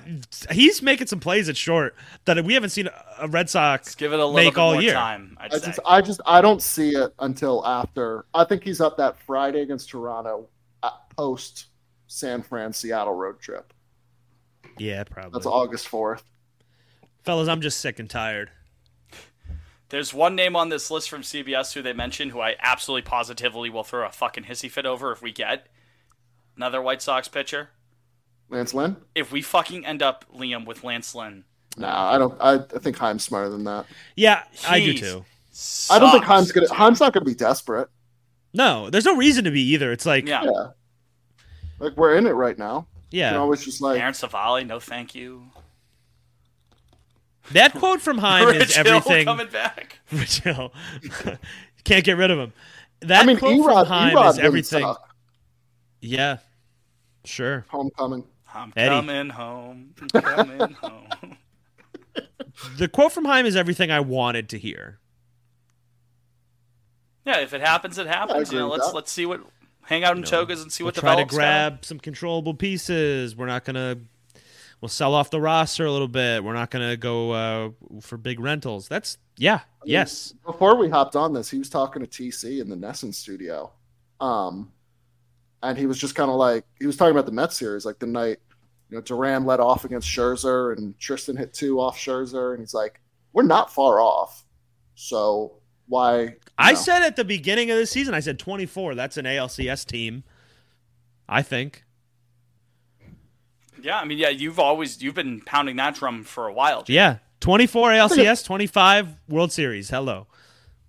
S3: he's making some plays at short that we haven't seen a Red Sox
S4: Give it a little
S3: make
S4: bit
S3: all
S4: more
S3: year.
S4: time. I'd
S5: I
S4: say.
S5: just, I just, I don't see it until after. I think he's up that Friday against Toronto, uh, post San Fran Seattle road trip.
S3: Yeah, probably.
S5: That's August fourth.
S3: Fellas, I'm just sick and tired.
S4: There's one name on this list from CBS who they mentioned who I absolutely positively will throw a fucking hissy fit over if we get another White Sox pitcher.
S5: Lance Lynn?
S4: If we fucking end up Liam with Lance Lynn,
S5: No, I don't. I, I think Heim's smarter than that.
S3: Yeah, I do
S4: Jeez.
S3: too.
S5: I don't think
S4: Sucks,
S5: Heim's gonna.
S4: dude.
S5: Heim's not gonna be desperate.
S3: No, there's no reason to be either. It's like, yeah,
S4: Yeah.
S5: Yeah. Like we're in it right now. You know, it's just like
S4: Aaron Savali, no thank you.
S3: that quote from Heim
S4: Rich
S3: is
S4: Hill
S3: everything.
S4: coming back.
S3: Rich Hill. can't get rid of him. That
S5: I mean,
S3: quote
S5: Erod,
S3: from Heim
S5: Erod
S3: is
S5: really
S3: everything.
S5: sucked.
S3: Yeah, sure.
S5: Homecoming.
S4: I'm
S3: Eddie.
S4: coming home. I'm coming home.
S3: The quote from Heim is everything I wanted to hear.
S4: Yeah, if it happens, it happens.
S5: agree
S4: you know,
S5: with
S4: let's
S5: that.
S4: let's see what hang out in togas and see
S3: We'll
S4: what
S3: try to
S4: develops, Kyle.
S3: grab some controllable pieces. We're not gonna. We'll sell off the roster a little bit. We're not gonna go uh, for big rentals. That's yeah, yes.
S5: Before we hopped on this, he was talking to TC in the Nesson studio. Um, and he was just kind of like, he was talking about the Mets series, like the night, you know, Duran let off against Scherzer and Tristan hit two off Scherzer. And he's like, we're not far off. So why? you
S3: I
S5: know,
S3: said at the beginning of the season, I said 24. That's an ALCS team. I think.
S4: Yeah, I mean, yeah, you've always you've been pounding that drum for a while. Jay.
S3: Yeah. 24 ALCS, 25 World Series. Hello.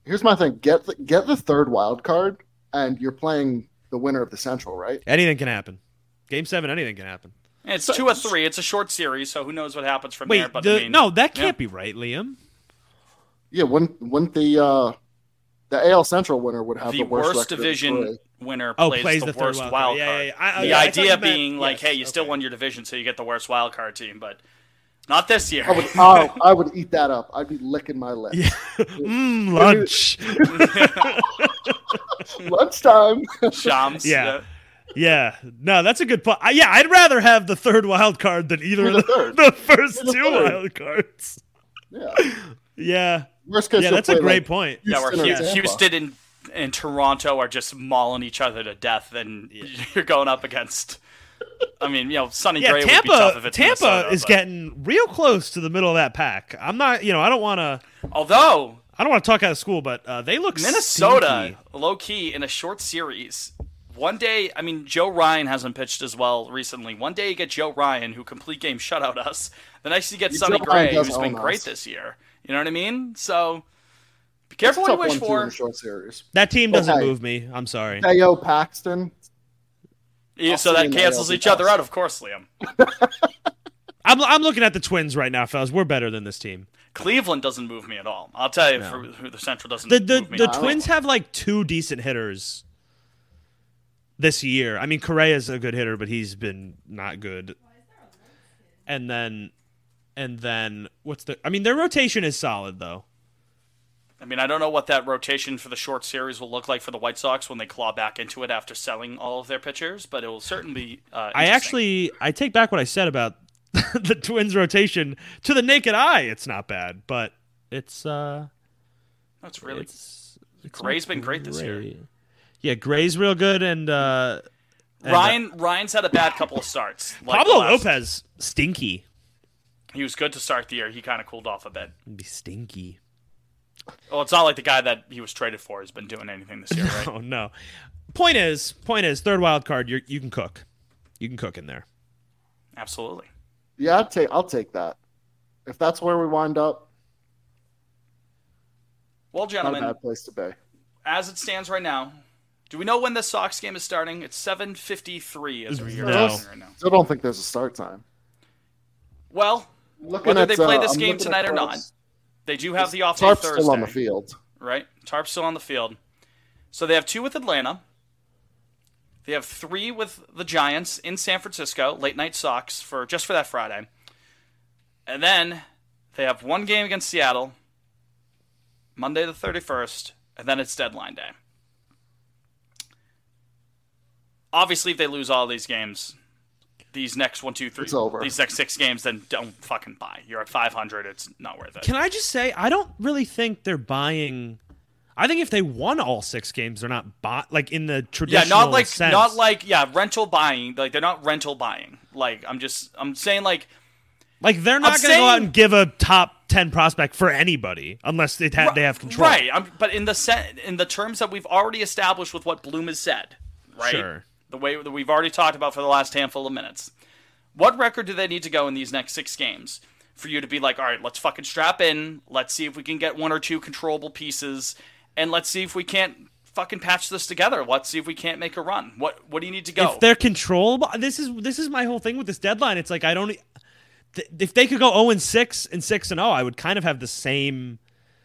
S5: here's my thing get the, get the third wild card, and you're playing the winner of the Central, right?
S3: Anything can happen. Game seven, anything can happen.
S4: And It's two or three. It's a short series, so who knows what happens from
S3: Wait,
S4: there? But
S3: the,
S4: I mean,
S3: no, Oh, that
S4: yeah.
S3: can't be right, Liam.
S5: Yeah, wouldn't, wouldn't the, uh, the AL Central winner would have
S4: the,
S5: the,
S4: worst,
S5: record of
S4: division
S5: three.
S4: winner
S3: Oh,
S4: plays, the, worst wild card.
S3: Yeah, yeah, yeah. I- I-
S4: the
S3: yeah, I thought you
S4: idea
S3: meant-
S4: being like,
S3: yes,
S4: hey, you still
S3: okay.
S4: won your division, so you get the worst wild card team, but not this year.
S5: I would, oh, I would eat that up. I'd be licking my lips.
S3: Mm, lunch.
S5: lunchtime.
S4: Shams,
S3: Yeah. yeah. No, that's a good point. I- Yeah, I'd rather have the third wild card than either
S5: You're
S3: of
S5: the
S3: the,
S5: third.
S3: the first
S5: You're the
S3: two
S5: third.
S3: wild cards.
S5: yeah.
S3: Yeah.
S5: Worst case,
S3: yeah,
S5: you'll
S3: that's a
S5: play,
S3: great
S5: like,
S3: point.
S4: yeah, where
S5: Houston or
S4: Hu-
S5: Tampa.
S4: Houston and, and Toronto are just mauling each other to death, and you're going up against. I mean, you know, Sonny
S3: Yeah,
S4: Gray would be tough if
S3: Tampa.
S4: it's
S3: Tampa
S4: Minnesota,
S3: is
S4: but-
S3: getting real close to the middle of that pack. I'm not, you know, I don't want to,
S4: Although
S3: I don't want to talk out of school, but uh, they look
S4: Minnesota,
S3: stinky.
S4: low key in a short series, One day, I mean, Joe Ryan hasn't pitched as well recently. One day you get Joe Ryan, who complete game shutout us. The next you get
S5: Yeah,
S4: Sonny
S5: Joe Ryan
S4: Gray,
S5: does
S4: who's been
S5: own
S4: great
S5: us.
S4: this year. You know what I mean? So
S5: It's
S4: be
S5: a
S4: careful what you
S5: tough one,
S4: wish
S5: too, in
S4: for.
S5: a short series.
S3: That team doesn't
S5: Okay.
S3: move me. I'm sorry.
S5: Theo Paxton.
S4: Yeah, so
S5: Austin
S4: that
S5: and
S4: cancels
S5: Naomi
S4: each other out, of course, Liam.
S3: I'm, I'm looking at the Twins right now, fellas. We're better than this team.
S4: Cleveland doesn't move me at all. I'll tell you
S3: No.
S4: for who the Central doesn't
S3: The the,
S4: move me.
S3: the
S4: at all.
S3: Twins have like two decent hitters this year. I mean, Correa's a good hitter, but he's been not good. And then, and then what's the? I mean, their rotation is solid though.
S4: I mean, I don't know what that rotation for the short series will look like for the White Sox when they claw back into it after selling all of their pitchers, but it will certainly be. Uh,
S3: I
S4: interesting.
S3: actually I take back what I said about the Twins rotation. To the naked eye, it's not bad, but it's uh
S4: That's really.
S3: it's, it's
S4: Gray's
S3: not
S4: been great this year.
S3: Yeah, Gray's real good, and uh and, uh,
S4: Ryan Ryan's had a bad couple of starts. like
S3: Pablo
S4: the last-
S3: Lopez stinky.
S4: He was good to start the year. He kind of cooled off a bit.
S3: Be stinky.
S4: Well, it's not like the guy that he was traded for has been doing anything this year, right?
S3: Oh no. Point is, point is, third wild card, you you can cook, you can cook in there.
S4: Absolutely.
S5: Yeah, I'd take, I'll take that. If that's where we wind up,
S4: Well,
S5: not a
S4: gentlemen,
S5: bad place to be.
S4: as it stands right now, do we know when the Sox game is starting? It's 7:53 as we're here
S3: No.
S4: talking right now.
S5: Still don't think there's a start time.
S4: Well,
S5: Looking uh,
S4: Whether they play this
S5: I'm
S4: game
S5: looking
S4: tonight
S5: at
S4: or not.
S5: Tarp's-
S4: they do have the off day
S5: Tarp's
S4: Thursday.
S5: still on the field.
S4: right? Tarp's still on the field. So they have two with Atlanta. They have three with the Giants in San Francisco, late night Sox for just for that Friday. And then they have one game against Seattle, Monday the 31st, and then it's deadline day. Obviously, if they lose all these games, these next one, two, three,
S5: It's over.
S4: these next six games, then don't fucking buy. You're at 500. It's not worth it.
S3: Can I just say I don't really think they're buying. I think if they won all six games, they're not bought like in the
S4: Yeah,
S3: traditional.
S4: not like
S3: sense.
S4: not like yeah, rental buying. Like they're not rental buying. Like I'm just I'm saying like
S3: like they're not going to
S4: saying-
S3: go out and give a top ten prospect for anybody unless they had they have control.
S4: right. I'm, but in the sen- in the terms that we've already established with what Bloom has said, right?
S3: Sure.
S4: The way that we've already talked about for the last handful of minutes. What record do they need to go in these next six games for you to be like, all right, let's fucking strap in. Let's see if we can get one or two controllable pieces, and let's see if we can't fucking patch this together. Let's see if we can't make a run. What what do you need to go?
S3: If they're controllable, this is this is my whole thing with this deadline. It's like I don't. e, th- If they could go zero and six and six and zero, I would kind of have the same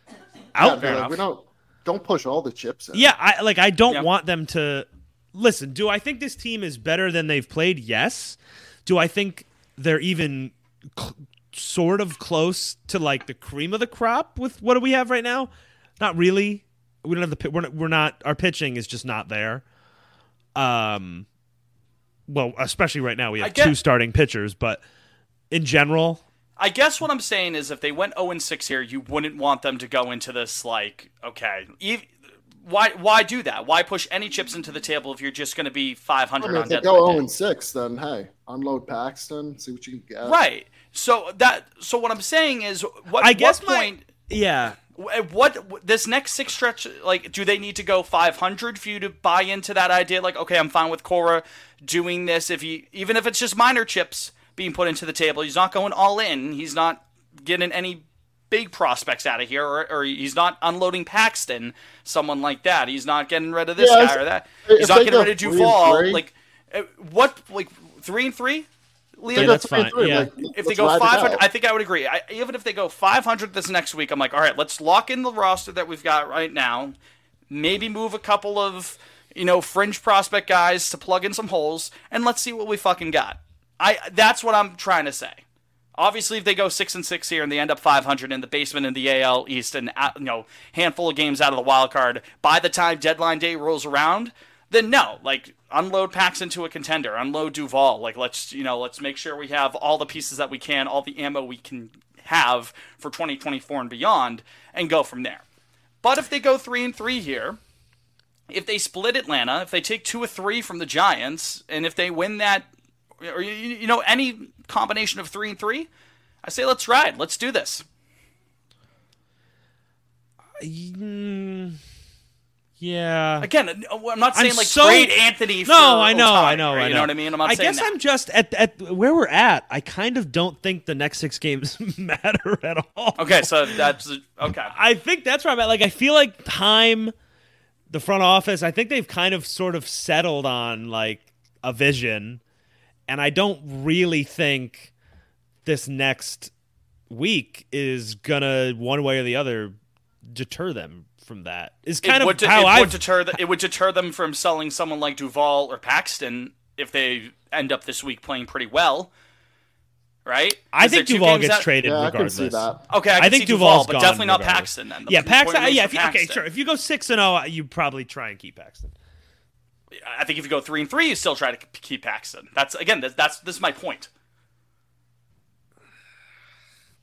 S5: Yeah,
S3: outlook.
S5: but, like, we don't don't push all the chips in.
S3: Yeah, I like I don't
S4: Yeah.
S3: want them to listen. Do I think this team is better than they've played? Yes. Do I think they're even cl- sort of close to like the cream of the crop with what do we have right now? Not really. We don't have the pi- we're not, we're not our pitching is just not there. Um well, especially right now we
S4: I
S3: have
S4: get-
S3: two starting pitchers, but in general,
S4: I guess what I'm saying is if they went 0 6 here, you wouldn't want them to go into this like, okay, ev why why do that? Why push any chips into the table if you're just going to be 500
S5: I mean,
S4: on
S5: if they
S4: deadline
S5: go
S4: day?
S5: 0 and 6, then hey, unload Paxton, see what you can get.
S4: Right. So that so what I'm saying is what
S3: I guess
S4: what
S3: my-
S4: point
S3: yeah.
S4: at what this next six stretch like do they need to go 500 for you to buy into that idea like okay i'm fine with cora doing this if he even if it's just minor chips being put into the table he's not going all in he's not getting any big prospects out of here or, or he's not unloading paxton someone like that he's not getting rid of this
S5: Yeah,
S4: guy
S5: if-
S4: or that
S5: if
S4: he's
S5: they
S4: not getting
S5: go
S4: rid of
S5: three and
S4: duval
S5: three-
S4: like uh, what like three and three Leo,
S5: They
S3: Yeah,
S5: go
S3: that's
S5: three and
S3: fine,
S5: three,
S3: yeah.
S5: like,
S4: if they
S5: let's
S4: go
S5: ride it
S4: 500
S5: out.
S4: i think i would agree I, even if they go 500 this next week i'm like all right let's lock in the roster that we've got right now maybe move a couple of you know fringe prospect guys to plug in some holes and let's see what we fucking got i that's what i'm trying to say obviously if they go 6 and 6 here and they end up 500 in the basement in the al east and out, you know handful of games out of the wild card by the time deadline day rolls around then no, like unload packs into a contender, unload Duval. Like let's you know let's make sure we have all the pieces that we can, all the ammo we can have for 2024 and beyond, and go from there. But if they go three and three here, if they split Atlanta, if they take two or three from the Giants, and if they win that, or you, you know any combination of three and three, I say let's ride, let's do this.
S3: Mm, Yeah.
S4: Again, n- I'm not
S3: I'm
S4: saying like
S3: so-
S4: trade Anthony. For
S3: No, I know,
S4: Ohtani,
S3: I know,
S4: right?
S3: I know.
S4: You know what I mean? I'm not
S3: I
S4: saying
S3: guess
S4: that.
S3: I'm just at at where we're at. I kind of don't think the next six games matter at all.
S4: Okay, so that's okay.
S3: I think that's where I'm at. Like, I feel like time, the front office, I think they've kind of sort of settled on like a vision. And I don't really think this next week is going to, one way or the other, deter them from that. Is
S4: it
S3: kind
S4: would,
S3: of
S4: de-
S3: how
S4: it
S3: I
S4: would deter th- it would deter them from selling someone like Duval or Paxton if they end up this week playing pretty well, right?
S3: I
S4: 'Cause they're
S3: think
S4: two
S3: Duval
S4: games
S3: gets
S4: out-
S3: traded
S5: Yeah, I can
S3: regardless.
S5: see that.
S4: Okay, I,
S3: I
S4: can
S3: think
S4: see Duval,
S3: Duval's
S4: but
S3: gone
S4: definitely not
S3: regardless.
S4: Paxton. Then the
S3: yeah,
S4: point you
S3: Paxton.
S4: made
S3: Yeah,
S4: for
S3: if you, okay,
S4: Paxton.
S3: sure. If you go six and zero, you probably try and keep Paxton.
S4: I think if you go three and three, you still try to k- keep Paxton. That's again, that's, that's this is my point.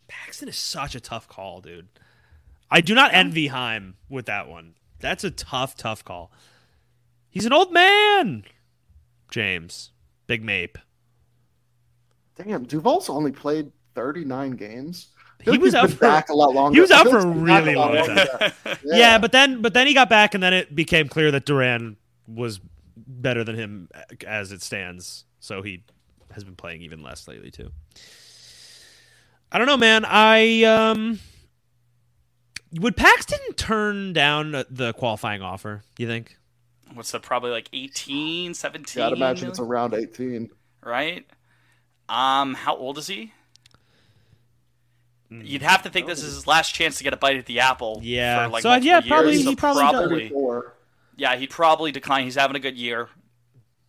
S3: Paxton is such a tough call, dude. I do not envy Heim with that one. That's a tough, tough call. He's an old man, James. Big Mape.
S5: Damn, Duval's only played 39 games. I
S3: He
S5: feel like
S3: was
S5: he's
S3: out
S5: been
S3: for-
S5: back a lot longer.
S3: he was
S5: I
S3: out
S5: feel
S3: for
S5: like
S3: a
S5: he's been back
S3: really
S5: lot
S3: long
S5: longer.
S3: Yeah. but then but then he got back, and then it became clear that Duran was better than him as it stands. So he has been playing even less lately too. I don't know, man. I um would Paxton turn down the qualifying offer? You think?
S4: What's that? Probably like 18, 17.
S5: Yeah, I'd imagine it's
S4: million,
S5: around 18.
S4: right. Um, how old is he?
S3: Hmm.
S4: You'd have to think this is his last chance to get a bite at the apple.
S3: Yeah.
S4: For like
S3: So,
S4: multiple
S3: yeah,
S4: years,
S3: probably-
S4: so
S3: he probably does.
S5: Or
S4: Yeah, he'd probably decline. He's having a good year.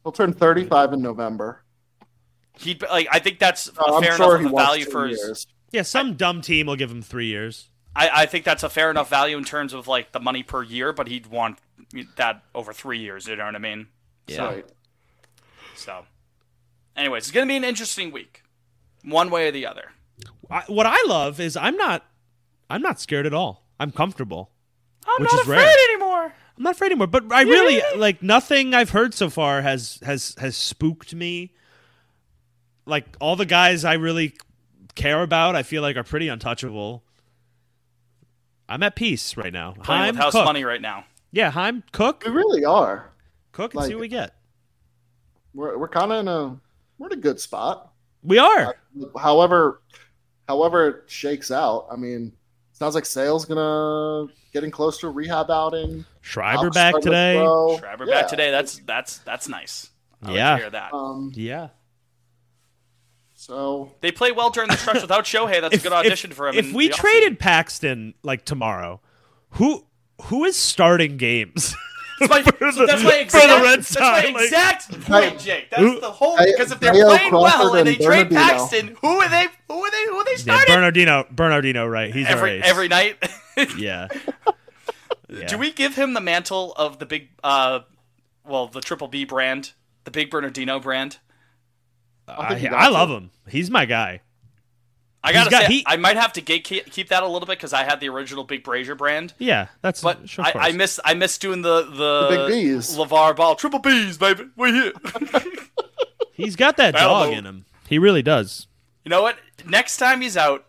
S5: he'll turn 35 in November.
S4: He'd like. I think that's
S5: Uh,
S4: a
S5: I'm
S4: fair
S5: sure he
S4: enough of a
S5: wants
S4: value
S5: two
S4: for. His,
S5: years.
S3: Yeah, some dumb team will give him three years.
S4: I, I think that's a fair enough value in terms of like the money per year, but he'd want that over three years. You know what I mean?
S3: Yeah.
S5: Right.
S4: So, anyways, it's gonna be an interesting week, one way or the other.
S3: I, what I love is I'm not I'm not scared at all. I'm comfortable.
S4: I'm
S3: Which
S4: not
S3: is
S4: afraid
S3: rare.
S4: anymore.
S3: I'm not afraid anymore. But I really like nothing I've heard so far has has has spooked me. Like all the guys I really care about, I feel like are pretty untouchable. I'm at peace right now.
S4: Playing
S3: Heim,
S4: with house
S3: Cook.
S4: money right now.
S3: Yeah, Heim, Cook,
S5: We really are.
S3: Cook, and
S5: Like-
S3: see what we get.
S5: We're, we're kind of in a we're in a good spot. Uh,
S3: We are.
S5: However, however it shakes out. I mean, sounds like Sale's gonna getting close to rehab outing.
S3: Schreiber
S5: Hawks
S3: back
S5: starting to
S3: today.
S5: throw.
S4: Schreiber
S5: Yeah.
S4: back today. That's that's that's nice. I
S3: Yeah.
S4: like to hear that.
S5: Um,
S3: Yeah.
S5: so
S4: They play well during the stretch without Shohei. That's a good audition for him.
S3: if
S4: in
S3: we
S4: the offseason.
S3: traded Paxton like tomorrow, who who is starting games?
S4: that's my,
S3: the-
S4: that's my
S3: for
S4: exact,
S3: the Red Sox,
S4: that's
S3: like-
S4: my exact point, Jake. That's
S3: Who-
S4: the whole
S5: Hey,
S4: because if they're
S5: Mayo,
S4: playing well
S5: Crawford,
S4: and they
S5: and
S4: trade
S5: Bernardino.
S4: Paxton, who are they? Who are they? Who are they
S3: yeah,
S4: starting
S3: Bernardino, Bernardino, right? He's our
S4: every
S3: ace.
S4: every night?
S3: yeah. Yeah.
S4: Do we give him the mantle of the big, uh, well, the Triple B brand, the Big Bernardino brand?
S3: I,
S5: think you
S3: I
S5: got
S3: love him. He's my guy.
S4: I
S3: He's
S4: gotta
S3: got-
S4: say,
S3: he-
S4: I might have to gatekeep keep that a little bit because I had the original Big Brazier brand,
S3: Yeah, that's
S4: but
S3: sure. of
S4: I, I
S3: course.
S4: miss I miss doing the the,
S5: The Big Bs.
S4: Levar Ball Triple B's, baby. We're here.
S3: He's got that
S4: Battle
S3: dog
S4: mode.
S3: in him. He really does.
S4: You know what? Next time he's out,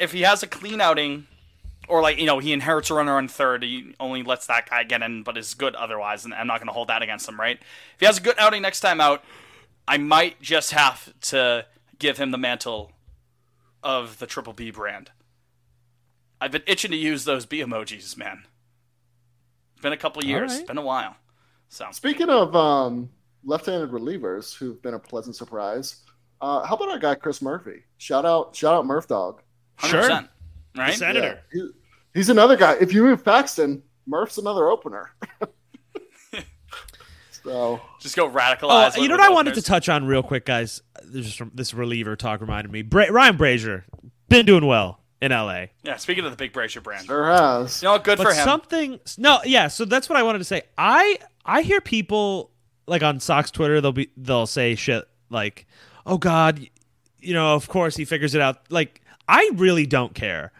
S4: if he has a clean outing, or like you know he inherits a runner on third, he only lets that guy get in, but is good otherwise. And I'm not going to hold that against him, right? If he has a good outing next time out, I might just have to give him the mantle of the triple B brand. I've been itching to use those B emojis, man. It's been a couple years,
S3: right.
S4: been a while. So
S5: speaking of um, left-handed relievers who've been a pleasant surprise, uh, how about our guy Chris Murphy? Shout out, shout out, Murph Dog.
S4: 100%, right?
S3: Senator.
S5: He- he's another guy. If you move Paxton, Murph's another opener. so
S4: Just go radicalize.
S3: Oh, you know what I wanted to touch on real quick, guys. This, is from- this reliever talk reminded me. Bra- Ryan Brazier been doing well in L.A.
S4: Yeah, speaking of the Big Brazier brand,
S5: there has.
S4: You know, what? good
S3: but
S4: for him.
S3: something no yeah so that's what i wanted to say i i hear people like on sox twitter they'll be they'll say shit like oh god you know of course he figures it out like i really don't care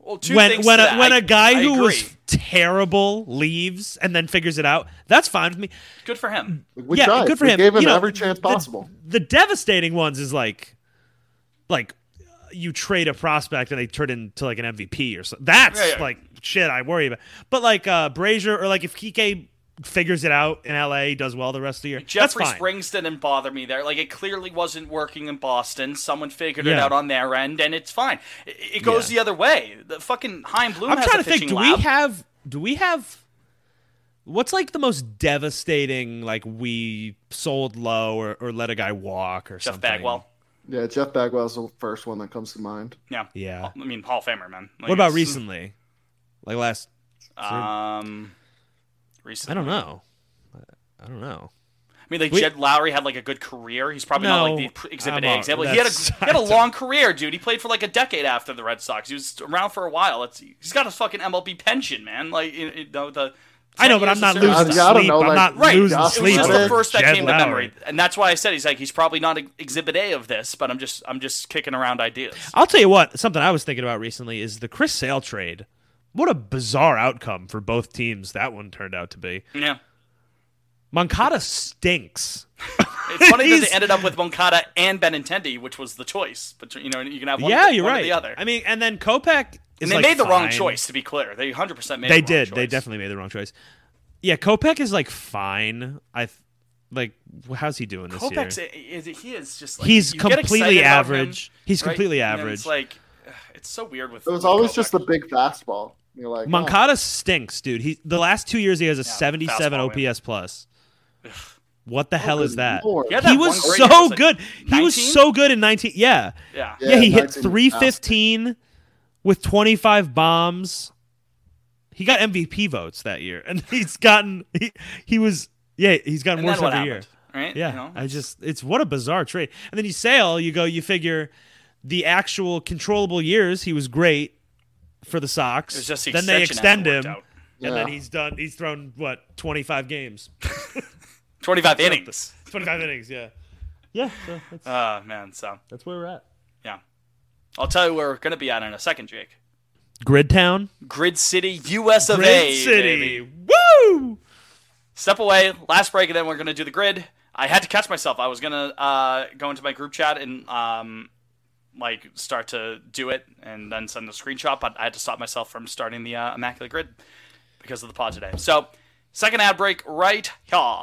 S4: well, two
S3: when
S4: things
S3: when
S4: to
S3: a,
S4: that.
S3: when
S4: I-
S3: a guy
S4: I
S3: who was
S4: agree.
S3: terrible leaves and then figures it out that's fine with me
S4: good for him.
S5: We
S3: yeah
S5: tried.
S3: good for
S5: we
S3: him
S5: Gave him
S3: You know,
S5: every chance
S3: the-
S5: possible.
S3: the devastating ones is like like you trade a prospect and they turn into like an mvp or something that's
S4: Yeah, yeah.
S3: like shit I worry about. But like uh Brazier or like if Kike figures it out in LA, does well the rest of the year.
S4: Jeffrey
S3: that's fine.
S4: Springs didn't bother me there. Like it clearly wasn't working in Boston. Someone figured it
S3: Yeah.
S4: out on their end, and it's fine. It, it goes
S3: Yeah.
S4: the other way. The fucking Heim Bloom.
S3: I'm
S4: has
S3: trying
S4: a
S3: to think.
S4: pitching
S3: Do
S4: lab.
S3: we have? Do we have? What's like the most devastating? Like we sold low or, or let a guy walk or
S4: Jeff
S3: something.
S4: Bagwell?
S5: Yeah, Jeff Bagwell's the first one that comes to mind.
S4: Yeah.
S3: Yeah.
S4: I mean, Hall of Famer, man. Like,
S3: What about
S4: it's-
S3: recently? Like last?
S4: Um,
S3: I
S4: recently.
S3: don't know. I don't know.
S4: I mean, like
S3: We-
S4: Jed Lowry had like a good career. He's probably not like the
S3: No,
S4: pr-
S3: I'm
S4: exhibit A
S3: out.
S4: example. He had a
S3: That's-
S4: he had a long career, dude. He played for like a decade after the Red Sox. He was around for a while. It's, he's got a fucking MLB pension, man. Like you you know the.
S3: I know, but I'm not losing
S5: I
S3: sleep.
S5: don't know,
S3: I'm
S5: like,
S3: not
S4: Right,
S3: losing
S4: it was
S3: sleep.
S4: just
S5: on
S4: the
S5: it.
S4: first that
S3: Jed
S4: came to
S3: Lowry.
S4: memory, and that's why I said he's like he's probably not ex- Exhibit A of this, but I'm just I'm just kicking around ideas.
S3: I'll tell you what. Something I was thinking about recently is the Chris Sale trade. What a bizarre outcome for both teams that one turned out to be.
S4: Yeah,
S3: Moncada stinks.
S4: it's funny that they
S3: He's-
S4: ended up with Moncada and Benintendi, which was the choice. But you know you can have one,
S3: yeah,
S4: of the-
S3: you're
S4: one
S3: right.
S4: or the other.
S3: I mean, and then Kopech is
S4: and they
S3: like,
S4: made the wrong
S3: fine.
S4: choice. To be clear, they 100 percent made.
S3: They
S4: the wrong
S3: did. They
S4: choice.
S3: definitely made the wrong choice. Yeah, Kopech is like fine. I th- like how's he doing this
S4: Kopech's
S3: year?
S4: is he is just like
S3: He's
S4: you get
S3: completely
S4: excited about him,
S3: average. He's
S4: right?
S3: completely
S4: And then
S3: average.
S4: It's like ugh, it's so weird with.
S5: It was
S4: with
S5: always
S4: Kopech.
S5: just the big fastball. You're like, oh,
S3: Moncada stinks, dude. He the last two years he has a 77
S4: fastball,
S3: OPS
S4: yeah.
S3: plus. What the hell is that?
S5: Lord.
S4: Yeah, that
S3: He
S4: one
S3: was
S4: great
S3: so
S4: year was, like,
S3: good. He was
S4: 19?
S3: so good in 19. Yeah.
S4: Yeah.
S3: Yeah, he hit
S5: 19.
S3: 315 with 25 bombs. He got MVP votes that year, and he's gotten he, he was yeah he's gotten
S4: And
S3: worse
S4: then what
S3: every year.
S4: happened? Right.
S3: Yeah,
S4: You know?
S3: I just it's what a bizarre trade. And then you sale, you go, you figure the actual controllable years he was great for the Sox.
S4: It was just the
S3: then they extend
S4: extension hasn't
S3: him,
S4: worked out.
S3: and then
S5: Yeah.
S3: he's done. He's thrown what 25 games,
S4: 25 innings.
S3: 25 innings. Yeah, yeah. So that's,
S4: Oh, man. So,
S3: that's where we're at.
S4: yeah. I'll tell you where we're going to be at in a second, Jake.
S3: Gridtown,
S4: Grid City, US of
S3: Grid
S4: A.
S3: City.
S4: baby.
S3: Woo!
S4: Step away. Last break, and then we're going to do the grid. I had to catch myself. I was going to uh, go into my group chat and, um, like, start to do it and then send a screenshot, but I had to stop myself from starting the uh, Immaculate Grid because of the pod today. So, second ad break right here.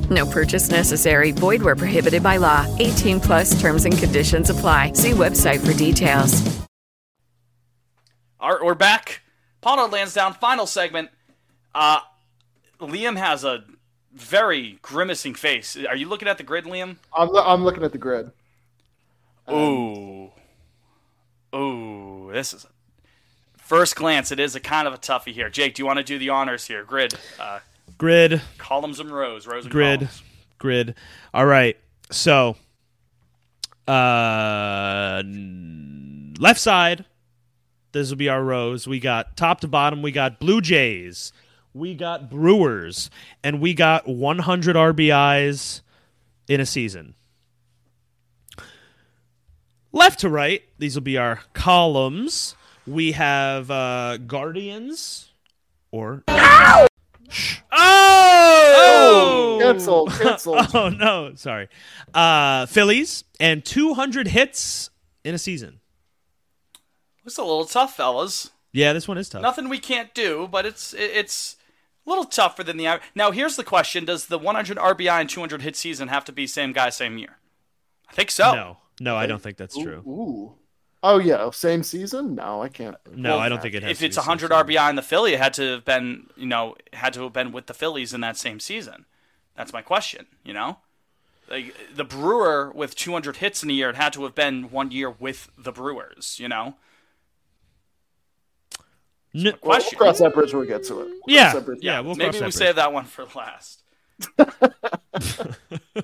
S1: No purchase necessary. Void where prohibited by law. 18 plus terms and conditions apply. See website for details.
S4: All right, we're back. Pono Lansdowne, final segment. Uh, Liam has a very grimacing face. Are you looking at the grid, Liam?
S5: I'm, lo- I'm looking at the grid.
S4: Ooh. Um, Ooh, this is. First glance, it is a kind of a toughie here. Jake, do you want to do the honors here? Grid, uh,
S3: Grid.
S4: columns and rows, rows and
S3: grid
S4: columns.
S3: grid all right so uh n- left side this will be our rows we got top to bottom we got blue jays we got brewers and we got 100 rbis in a season left to right these will be our columns we have uh guardians or Oh!
S5: Cancel, cancel.
S3: Oh no, sorry. Uh Phillies and 200 hits in a season.
S4: It's a little tough, fellas.
S3: Yeah, this one is tough.
S4: Nothing we can't do, but it's it- it's a little tougher than the average. Now, here's the question: Does the 100 RBI and 200 hit season have to be same guy, same year? I think so.
S3: No, no, I don't think that's true.
S5: Ooh. Oh yeah, same season? No, I can't.
S3: No, I don't think it has.
S4: If
S3: to
S4: it's
S3: be same
S4: 100
S3: season.
S4: RBI in the Philly, it had to have been you know had to have been with the Phillies in that same season. That's my question. You know, like the Brewer with 200 hits in a year, it had to have been one year with the Brewers. You know,
S3: No,
S5: Well,
S4: question.
S5: we'll cross that bridge when we get to it. We'll
S3: yeah,
S5: cross that bridge.
S3: yeah. We'll
S4: maybe
S3: cross
S4: we
S3: that bridge.
S4: save that one for last. All right, who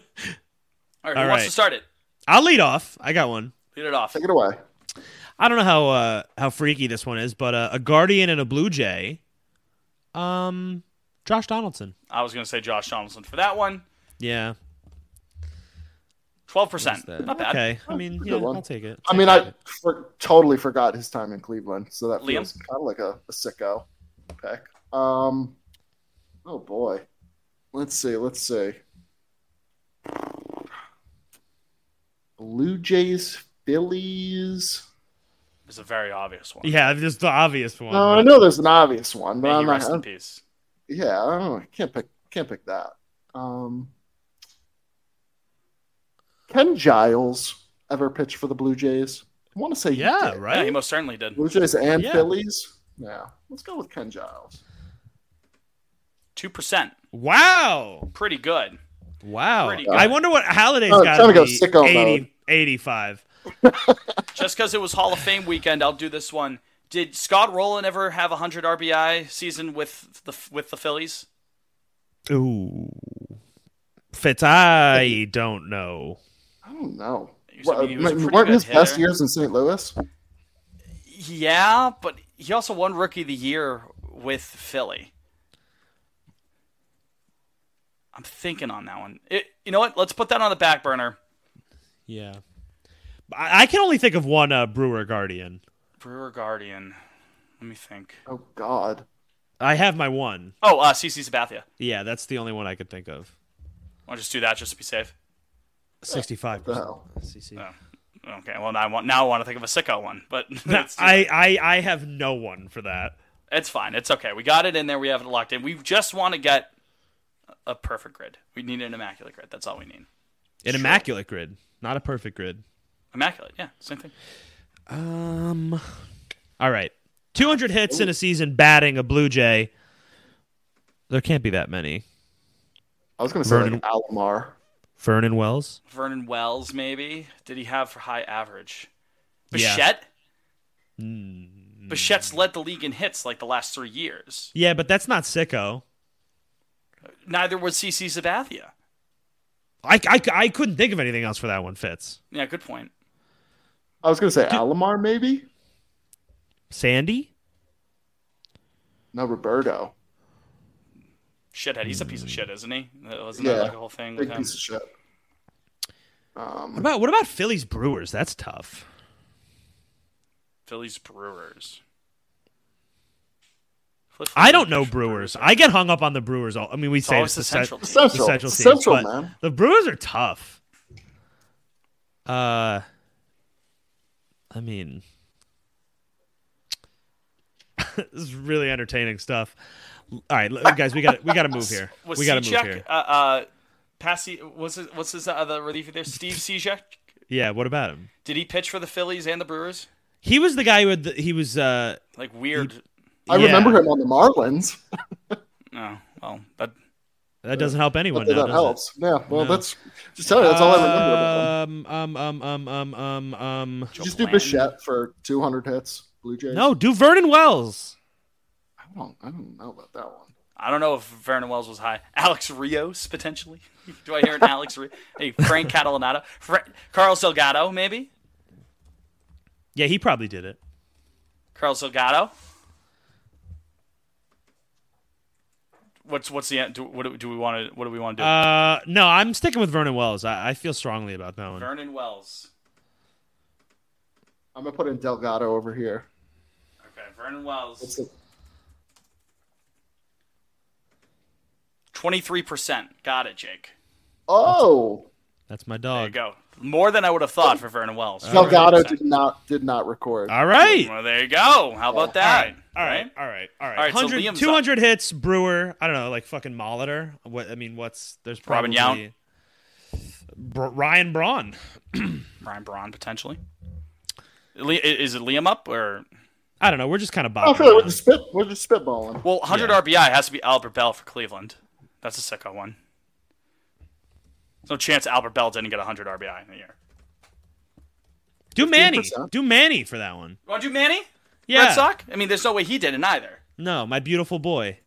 S3: All
S4: wants
S3: right.
S4: to start it?
S3: I'll lead off. I got one.
S4: Lead it off.
S5: Take it away.
S3: I don't know how uh, how freaky this one is, but uh, a guardian and a blue jay. Um, Josh Donaldson.
S4: I was going to say Josh Donaldson for that one.
S3: Yeah.
S4: 12%. Not bad.
S3: Okay. I mean,
S5: Good
S3: yeah,
S5: one.
S3: I'll take it.
S5: I mean, I for, totally forgot his time in Cleveland, so that
S4: Liam?
S5: feels kind of like a, a sicko pick. Um, oh boy, let's see, let's see. Blue Jays, Phillies.
S4: It's a very obvious one.
S3: Yeah, just the obvious one.
S5: No, I know there's an obvious one, but
S4: May he
S5: I'm not.
S4: rest in
S5: I'm-
S4: peace.
S5: yeah, I don't know. I Can't pick. Can't pick that. Um, Ken Giles ever pitched for the Blue Jays? I want to say he
S3: yeah,
S5: did.
S4: Yeah, he
S3: right.
S4: most certainly did.
S5: Blue Jays and
S3: Yeah.
S5: Phillies. Yeah, let's go with Ken Giles.
S4: 2%.
S3: Wow.
S4: Pretty good.
S3: Wow.
S4: Pretty good.
S3: I wonder what Halliday's
S5: Oh,
S3: got
S5: trying to
S3: to
S5: go
S3: be.
S5: sicko
S3: 80,
S5: mode.
S3: 85.
S4: Just because it was Hall of Fame weekend, I'll do this one. Did Scott Rowland ever have a 100 RBI season with the with the Phillies?
S3: Ooh. Fitz, I don't know.
S5: I don't know.
S4: He was- I
S5: Well,
S4: mean, he was a pretty
S5: weren't
S4: good
S5: his best
S4: hitter.
S5: years in St. Louis?
S4: Yeah, but he also won Rookie of the Year with Philly. I'm thinking on that one. It, you know what? Let's put that on the back burner.
S3: Yeah. I, I can only think of one uh, Brewer Guardian.
S4: Brewer Guardian. Let me think.
S5: Oh God,
S3: I have my one.
S4: Oh, uh, CC Sabathia.
S3: Yeah, that's the only one I could think of.
S4: I'll just do that just to be safe.
S3: 65.
S5: the hell.
S3: CC.
S4: Okay. Well, now I want now I want to think of a sicko one, but it's,
S3: I, I, I have no one for that.
S4: it's fine. It's okay. We got it in there. We have it locked in. We just want to get a perfect grid. We need an immaculate grid. That's all we need.
S3: An immaculate grid, not a perfect grid.
S4: Immaculate. Yeah. Same thing.
S3: Um. All right. 200 hits in a season batting a Blue Jay. There can't be that many.
S5: I was going to say
S3: Vernon-
S5: like Alomar.
S3: Vernon Wells?
S4: Vernon Wells, maybe. Did he have for high average?
S3: Yeah.
S4: Bichette. Bichette's led the league in hits like the last three years.
S3: Yeah, but that's not sicko.
S4: Neither was CC Sabathia.
S3: I, I, I couldn't think of anything else for that one, Fitz.
S4: Yeah, good point.
S5: I was going to say Alomar maybe.
S3: Sandy?
S5: No, Roberto.
S4: Shithead. He's a piece
S3: Hmm.
S4: of shit, isn't he? That Wasn't
S5: Yeah.
S4: that like a whole thing with
S5: Big
S4: him?
S5: piece of shit. Um,
S3: What about what about Phillies Brewers? That's tough.
S4: Phillies Brewers. Flip
S3: I
S4: flop
S3: don't know
S4: Brewers.
S3: Brewers. I get hung up on the Brewers. All, I mean, we say
S4: always
S3: it's
S4: the
S3: the cen-
S4: central
S3: the
S4: team.
S5: Central.
S3: central,
S5: It's
S3: team,
S5: central,
S3: but
S5: man.
S3: The Brewers are tough. Uh, I mean, this is really entertaining stuff. All right, l- guys, we got we got to move here.
S4: Was
S3: we got to move
S4: Sijek,
S3: here.
S4: Uh, uh, Passy, what's his, what's his other reliever there? Steve Sijek.
S3: Yeah, what about him?
S4: Did he pitch for the Phillies and the Brewers?
S3: He was the guy who had the, he was. uh
S4: Like weird.
S5: I
S3: yeah,
S5: remember him on the Marlins.
S4: No. Oh, well, that
S3: That doesn't help anyone.
S5: Hopefully
S3: now,
S5: that
S3: does
S5: helps.
S3: it?
S5: Yeah. Well, that's just tell you that's all I remember about him.
S3: Um, um, um, um, um, um, um.
S5: Just Uh, do Bichette for 200 hits. Blue Jays.
S3: No, do Vernon Wells.
S5: I don't. I don't know about that one.
S4: I don't know if Vernon Wells was high. Alex Rios potentially. Do I hear an Alex? Ri- hey, Frank Catalanato, Fra- Carl Salgado maybe.
S3: Yeah, he probably did it.
S4: Carl Salgado. What's what's the do, what do, do we want to what do we want to do?
S3: Uh, no, I'm sticking with Vernon Wells. I, I feel strongly about that one.
S4: Vernon Wells.
S5: I'm gonna put in Delgado over here.
S4: Okay, Vernon Wells.
S5: It's a-
S4: Twenty three percent. Got it, Jake.
S5: oh,
S3: That's my
S4: There you
S3: dog.
S4: go. More than I would have thought for Vernon Wells.
S5: Delgado
S4: 20%.
S5: did not did not record.
S3: All right.
S4: Well, there you go. How about that?
S3: All right. All right. All right.
S4: All right, so
S3: 100,
S4: Liam's
S3: 200 hits, Brewer. I don't know, like fucking Molitor. What I mean, what's there's
S4: Robin
S3: probably
S4: Yount.
S3: Br- Ryan Braun.
S4: Brian Braun potentially. Le- i- Is it Liam up or?
S3: I don't know. We're just kind of
S5: I
S3: bopping.
S5: feel like we're
S3: around.
S5: just spit. We're just spitballing.
S4: Well, 100
S3: Yeah.
S4: RBI has to be Albert Bell for Cleveland. That's a sicko one. There's no chance Albert Bell didn't get 100 RBI in the year.
S3: Do Manny. Do Manny for that one.
S4: Want to do Manny?
S3: Yeah.
S4: Red Sox? I mean, there's no way he didn't either.
S3: No, my beautiful boy.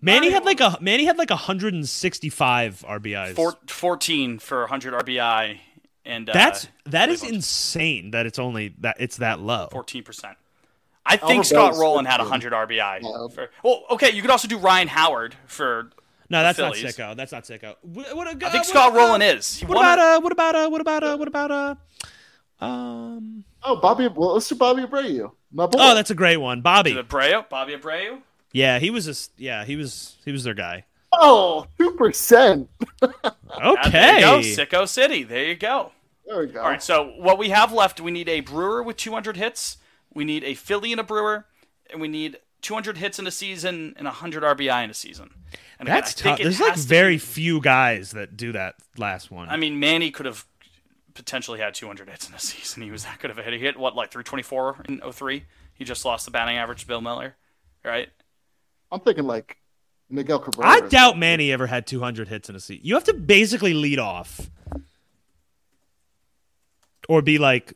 S3: Manny had like a Manny had like 165 RBIs.
S4: Four, 14 for 100 RBI, and uh,
S3: That's that is insane that it's only that it's that low.
S4: 14%. I
S3: Albert
S4: think Scott
S3: Bell's
S4: Rowland had
S3: good.
S4: 100 RBI. For, well, okay, you could also do Ryan Howard for.
S3: No, that's not
S4: Phillies.
S3: sicko. That's not sicko. What, uh, what,
S4: I think Scott Rowland is. He
S3: What
S4: won
S3: about
S4: a-
S3: uh? What about uh? What about uh? What about uh? Um.
S5: Oh, Bobby. Well, let's do Bobby Abreu. My boy.
S3: Oh, that's a great one, Bobby.
S4: Abreu? Bobby Abreu?
S3: Yeah, he was a s- yeah he was he was their guy.
S5: Oh, two percent.
S3: Okay.
S4: Oh, There you go, Sicko City. There you go.
S5: There we go.
S4: All right, so what we have left, we need a Brewer with 200 hits, we need a Philly and a Brewer, and we need 200 hits in a season and 100 RBI in a season. And again,
S3: That's
S4: I think
S3: tough.
S4: it
S3: There's like
S4: has to
S3: very few guys that do that last one.
S4: I mean, Manny could have potentially had 200 hits in a season. He was that good of a hit. He hit what, like 324 in 03? He just lost the batting average to Bill Miller, right?
S5: I'm thinking like Miguel Cabrera.
S3: I doubt Manny ever had 200 hits in a season. You have to basically lead off or be like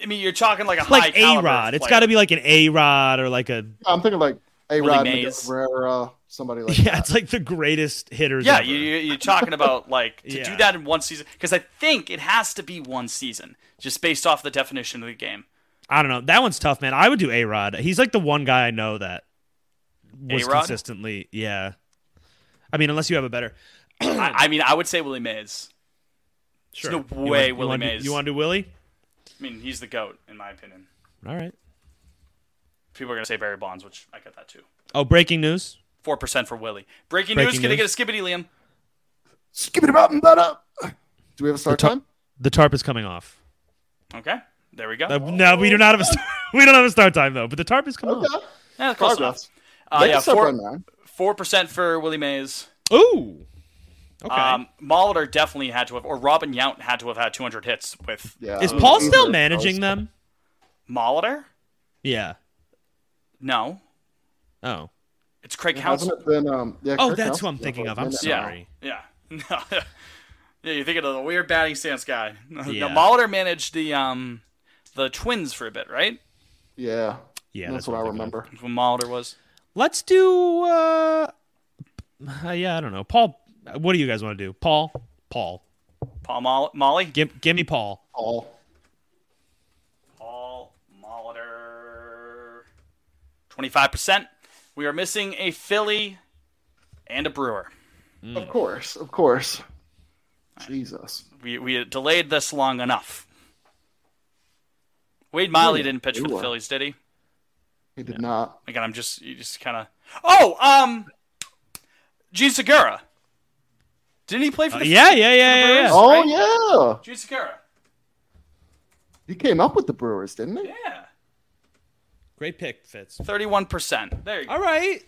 S4: I mean, you're talking like a
S3: like
S4: high
S3: A Rod. It's got to be like an A Rod or like a
S5: I'm thinking like A Rod,
S4: Willie
S5: Miguel
S4: Mays.
S5: Cabrera, somebody like
S3: yeah. It's like the greatest hitters.
S4: uh, Yeah,
S3: ever.
S4: you, you- you're talking about like to
S3: Yeah.
S4: do that in one season because I think it has to be one season just based off the definition of the game.
S3: I don't know. That one's tough, man. I would do A Rod. He's like the one guy I know that was
S4: A-Rod?
S3: consistently. Yeah. I mean, unless you have a better.
S4: I, I mean, I would say Willie Mays.
S3: Sure.
S4: There's
S3: You
S4: no
S3: wanna-
S4: way
S3: you
S4: Willie
S3: wanna do-
S4: Mays.
S3: you want to do Willie?
S4: I mean, he's the goat in my opinion.
S3: All right.
S4: People are gonna say Barry Bonds, which I get that too.
S3: Oh, breaking news.
S4: Four percent for Willie. Breaking,
S3: Breaking
S4: news, Can I
S3: news.
S4: get a skibbity, Liam?
S5: Skip it up and that up. Do we have a start
S3: tar-
S5: time?
S3: The tarp is coming off.
S4: Okay, there we go.
S3: Uh, no, we do not have a start. We don't have a start time though, but the tarp is coming off.
S4: yeah, close enough.
S5: Progress.
S4: Uh,
S5: They can
S4: yeah,
S5: start
S4: four
S5: by nine.
S4: four percent for Willie Mays.
S3: Ooh. Okay.
S4: Um, Molitor definitely had to have, or Robin Yount had to have had 200 hits with
S5: Yeah.
S3: is Paul
S5: Either
S3: still
S5: of
S3: managing
S5: those.
S3: them?
S4: Molitor.
S3: Yeah.
S4: No,
S3: Oh.
S4: it's Craig Counsell.
S5: Hasn't it been? Um, yeah,
S3: Oh,
S5: Kirk
S3: that's
S5: Counsell.
S3: who I'm thinking of. I'm
S5: uh,
S4: Yeah.
S3: sorry.
S4: Yeah. No. yeah, you're thinking of the weird batting stance guy.
S3: Yeah.
S4: No, Molitor managed the um the Twins for a bit, right?
S5: Yeah.
S3: Yeah,
S5: that's,
S3: that's
S5: what
S3: what
S5: I
S3: I'm thinking
S5: remember.
S4: That's When Molitor was.
S3: Let's do. Uh, uh, yeah, I don't know. Paul, what do you guys want to do? Paul, Paul,
S4: Paul Mol- Molly.
S3: give, give me Paul.
S5: Paul.
S4: Paul Molitor. 25%. We are missing a Philly and a Brewer.
S5: Of course, of course. Jesus.
S4: We, we delayed this long enough. Wade Miley didn't pitch for the
S5: Brewer.
S4: Phillies, did he?
S5: He did not.
S4: Again, I'm just you just kind of. Oh, um, Gene Segura. Didn't he play for
S3: Uh,
S4: the?
S3: yeah, yeah, yeah, yeah, yeah.
S5: Oh
S4: right?
S5: yeah,
S4: Gene Segura.
S5: he came up with the Brewers, didn't he?
S4: Yeah,
S3: Great pick, Fitz.
S4: thirty-one percent. There you go.
S3: All right.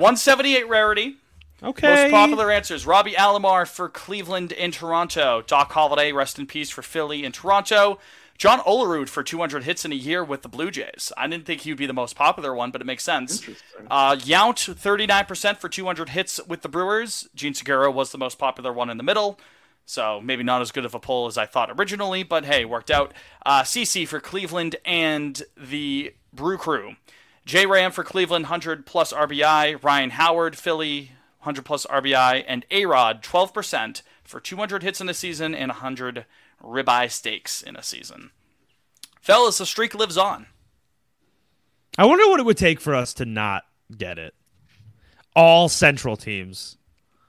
S4: One seventy-eight rarity.
S3: Okay.
S4: Most popular answers: Robbie Alomar for Cleveland and Toronto. Doc Holliday, rest in peace, for Philly and Toronto. John Olerud for 200 hits in a year with the Blue Jays. I didn't think he'd be the most popular one, but it makes sense. Uh, Yount, 39% for 200 hits with the Brewers. Gene Segura was the most popular one in the middle, so maybe not as good of a poll as I thought originally, but hey, worked out. Uh, CC for Cleveland and the Brew Crew. J Ram for Cleveland, 100 plus RBI. Ryan Howard, Philly, 100 plus RBI. And A Rod, 12% for 200 hits in a season and 100 ribeye steaks in a season. Fellas, the streak lives on.
S3: I wonder what it would take for us to not get it. All central teams.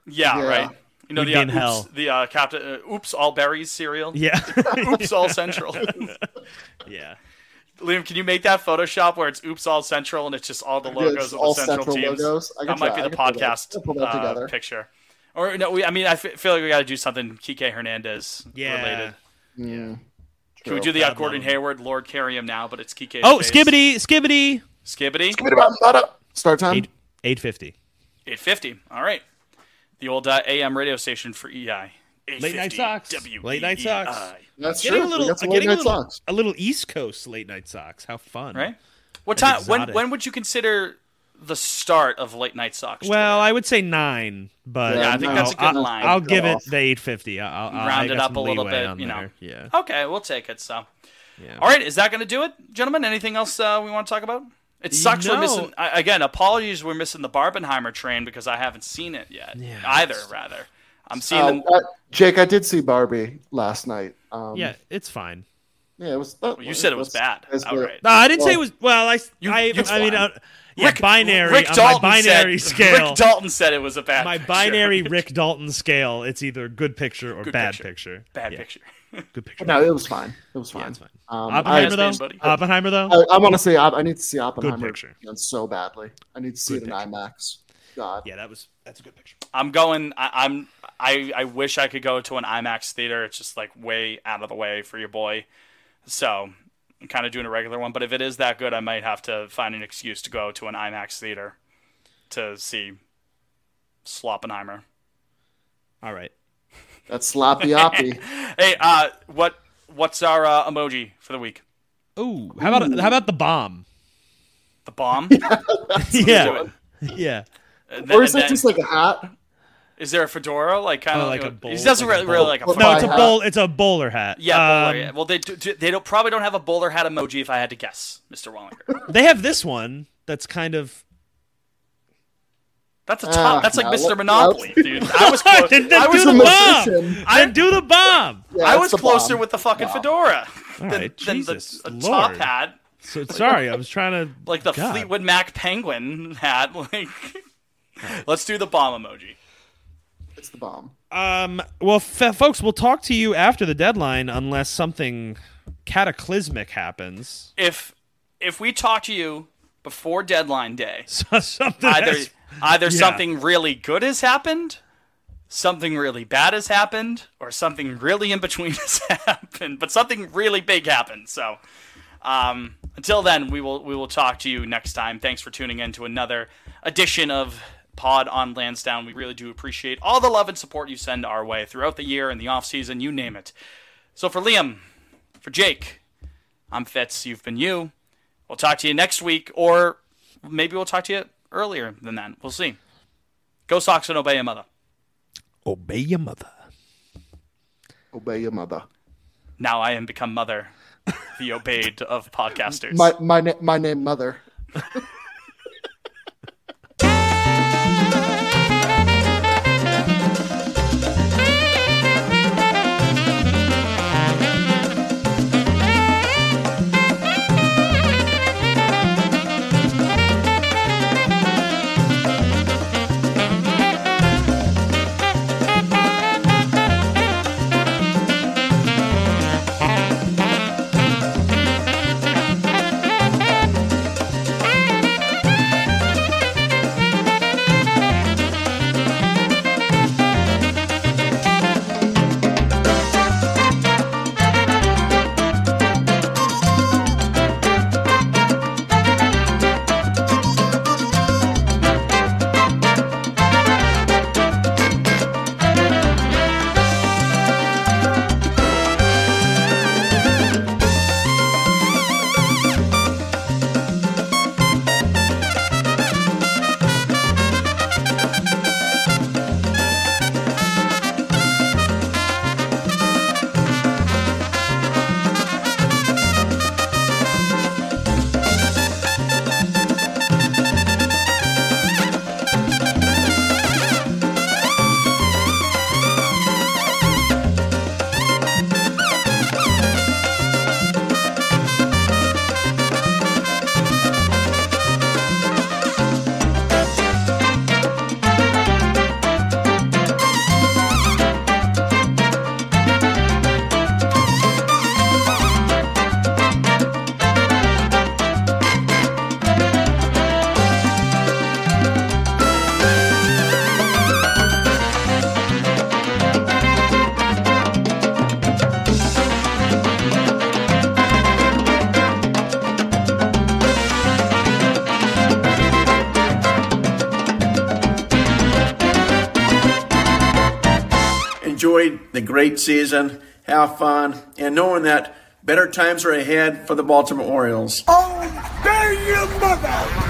S4: Yeah,
S5: Yeah.
S4: right. You know
S3: We'd
S4: the
S3: be
S4: uh,
S3: in
S4: oops,
S3: hell.
S4: the uh, captain. Uh, oops, all berries cereal.
S3: Yeah.
S4: Oops, all central.
S3: yeah.
S4: Liam, can you make that Photoshop where it's oops all central and it's just all the
S5: Yeah, it's
S4: logos of
S5: all
S4: the central,
S5: central
S4: teams?
S5: logos. I
S4: That
S5: can
S4: might
S5: try-
S4: be
S5: I
S4: the
S5: can pull that- I
S4: podcast
S5: can pull that
S4: uh,
S5: together.
S4: picture. Or no, we, I mean, I f- feel like we got to do something Kike Hernandez
S3: Yeah.
S4: related.
S5: Yeah.
S4: Can we do the uh, Gordon Hayward, Lord carry him now, but it's Kike.
S3: Oh, skibbity, skibbity.
S4: skibbity,
S5: Give it up, that up. Start time.
S3: Eight, 850.
S4: eight fifty. All right, the old uh, AM radio station for E EI.
S3: Late night socks.
S4: W E
S3: Late night socks.
S5: That's
S3: Getting a
S5: true.
S3: little,
S5: That's
S3: uh,
S5: late
S3: getting a
S5: night
S3: little,
S5: socks.
S3: a little East Coast late night socks. How fun.
S4: right? What
S3: And
S4: time? When
S3: exotic.
S4: when would you consider the start of late night socks.
S3: Well, I would say nine, but
S4: Yeah, I think that's a good
S3: I'll-
S4: line.
S3: I'll give
S4: Go
S3: it
S4: off.
S3: the eight fifty. I'll, I'll I
S4: round it
S3: got
S4: up
S3: some
S4: a little
S3: leeway
S4: bit,
S3: on
S4: you know.
S3: there. Yeah.
S4: Okay, we'll take it. So,
S3: Yeah.
S4: all right, is that going to do it, gentlemen? Anything else uh, we want to talk about? It sucks we're
S3: No.
S4: missing. I, again, apologies, we're missing the Barbenheimer train because I haven't seen it yet.
S3: Yeah.
S4: Either, rather, I'm seeing
S5: Uh,
S4: them.
S5: uh, Jake, I did see Barbie last night. Um,
S3: Yeah, it's fine.
S5: yeah, it was. That,
S4: you said it was bad.
S5: that's what-
S4: outright.
S3: No, I didn't say it
S5: Well,
S3: was. Well, I, I,
S4: you
S3: I mean,
S4: fine.
S3: uh, yeah, binary.
S4: Rick
S3: on
S4: Dalton
S3: my binary
S4: said,
S3: scale.
S4: Rick Dalton said it was a bad.
S3: my
S4: picture.
S3: binary Rick Dalton scale. It's either good picture or
S4: Good
S3: bad
S4: picture.
S3: picture.
S4: Bad
S3: Yeah,
S4: picture.
S3: Good picture.
S5: No, it was fine. It was fine.
S3: it's fine.
S5: Um, I,
S3: Oppenheimer
S4: I-
S3: though.
S4: buddy.
S3: Oppenheimer though.
S5: I, want to see. Op- I need to see Oppenheimer
S3: picture.
S5: again so badly. I need to see
S3: Good
S5: it in
S3: picture.
S5: IMAX. God.
S3: yeah, that was that's a good picture.
S4: I'm going. I, I'm. I, I wish I could go to an IMAX theater. It's just like way out of the way for your boy. So I'm kind of doing a regular one. But if it is that good, I might have to find an excuse to go to an IMAX theater to see Sloppenheimer.
S3: All right.
S5: That's sloppy oppy.
S4: Hey, uh, what what's our uh, emoji for the week?
S3: Ooh, how about how about the bomb?
S4: The bomb.
S3: yeah, yeah.
S4: And then-
S5: or is
S4: and
S5: that
S4: then-
S5: just like a hat?
S4: is there a fedora? Like kind of
S3: Oh, like a
S4: He
S3: bowl-
S4: doesn't
S3: like a
S4: really, really
S3: bowl-
S4: like a.
S5: No,
S4: fedora.
S3: No, it's a
S5: hat.
S3: bowl. It's a bowler hat.
S4: Yeah, bowler.
S3: Um,
S4: yeah. Well, they do, do- they don't probably don't have a bowler hat emoji. If I had to guess, Mr. Wallinger,
S3: They have this one that's kind of.
S4: that's a
S5: Ah,
S4: top. that's like
S5: no,
S4: Mr.
S5: what-
S4: Monopoly, dude. I was close.
S3: Then,
S4: I
S3: then
S4: was
S3: do the
S5: a
S3: bomb.
S5: magician.
S3: Then do the bomb.
S5: Yeah,
S4: I
S5: it's
S4: was
S5: the
S4: closer
S5: bomb.
S4: with the fucking fedora
S3: All
S4: than,
S3: right,
S4: than
S3: Jesus
S4: the a top
S3: Lord.
S4: hat,
S3: So sorry, I was trying to
S4: like the
S3: God.
S4: Fleetwood Mac penguin hat. Like, let's do the bomb emoji.
S5: It's the bomb.
S3: Um. Well, f- folks, we'll talk to you after the deadline, unless something cataclysmic happens.
S4: If if we talk to you before deadline day,
S3: So- something.
S4: either
S3: has-
S4: either
S3: yeah.
S4: something really good has happened, something really bad has happened, or something really in between has happened. But something really big happened. So um, until then, we will we will talk to you next time. Thanks for tuning in to another edition of Pod on Lansdowne. We really do appreciate all the love and support you send our way throughout the year and the off season, you name it. So for Liam, for Jake, I'm Fitz. You've been you. We'll talk to you next week, or maybe we'll talk to you earlier than that. We'll see. Go Sox and obey your mother.
S3: Obey your mother.
S5: Obey your mother.
S4: Now I am become mother, the obeyed of podcasters.
S5: My my na- my name mother.
S2: Enjoy the great season, have fun, and knowing that better times are ahead for the Baltimore Orioles.
S10: Obey your mother!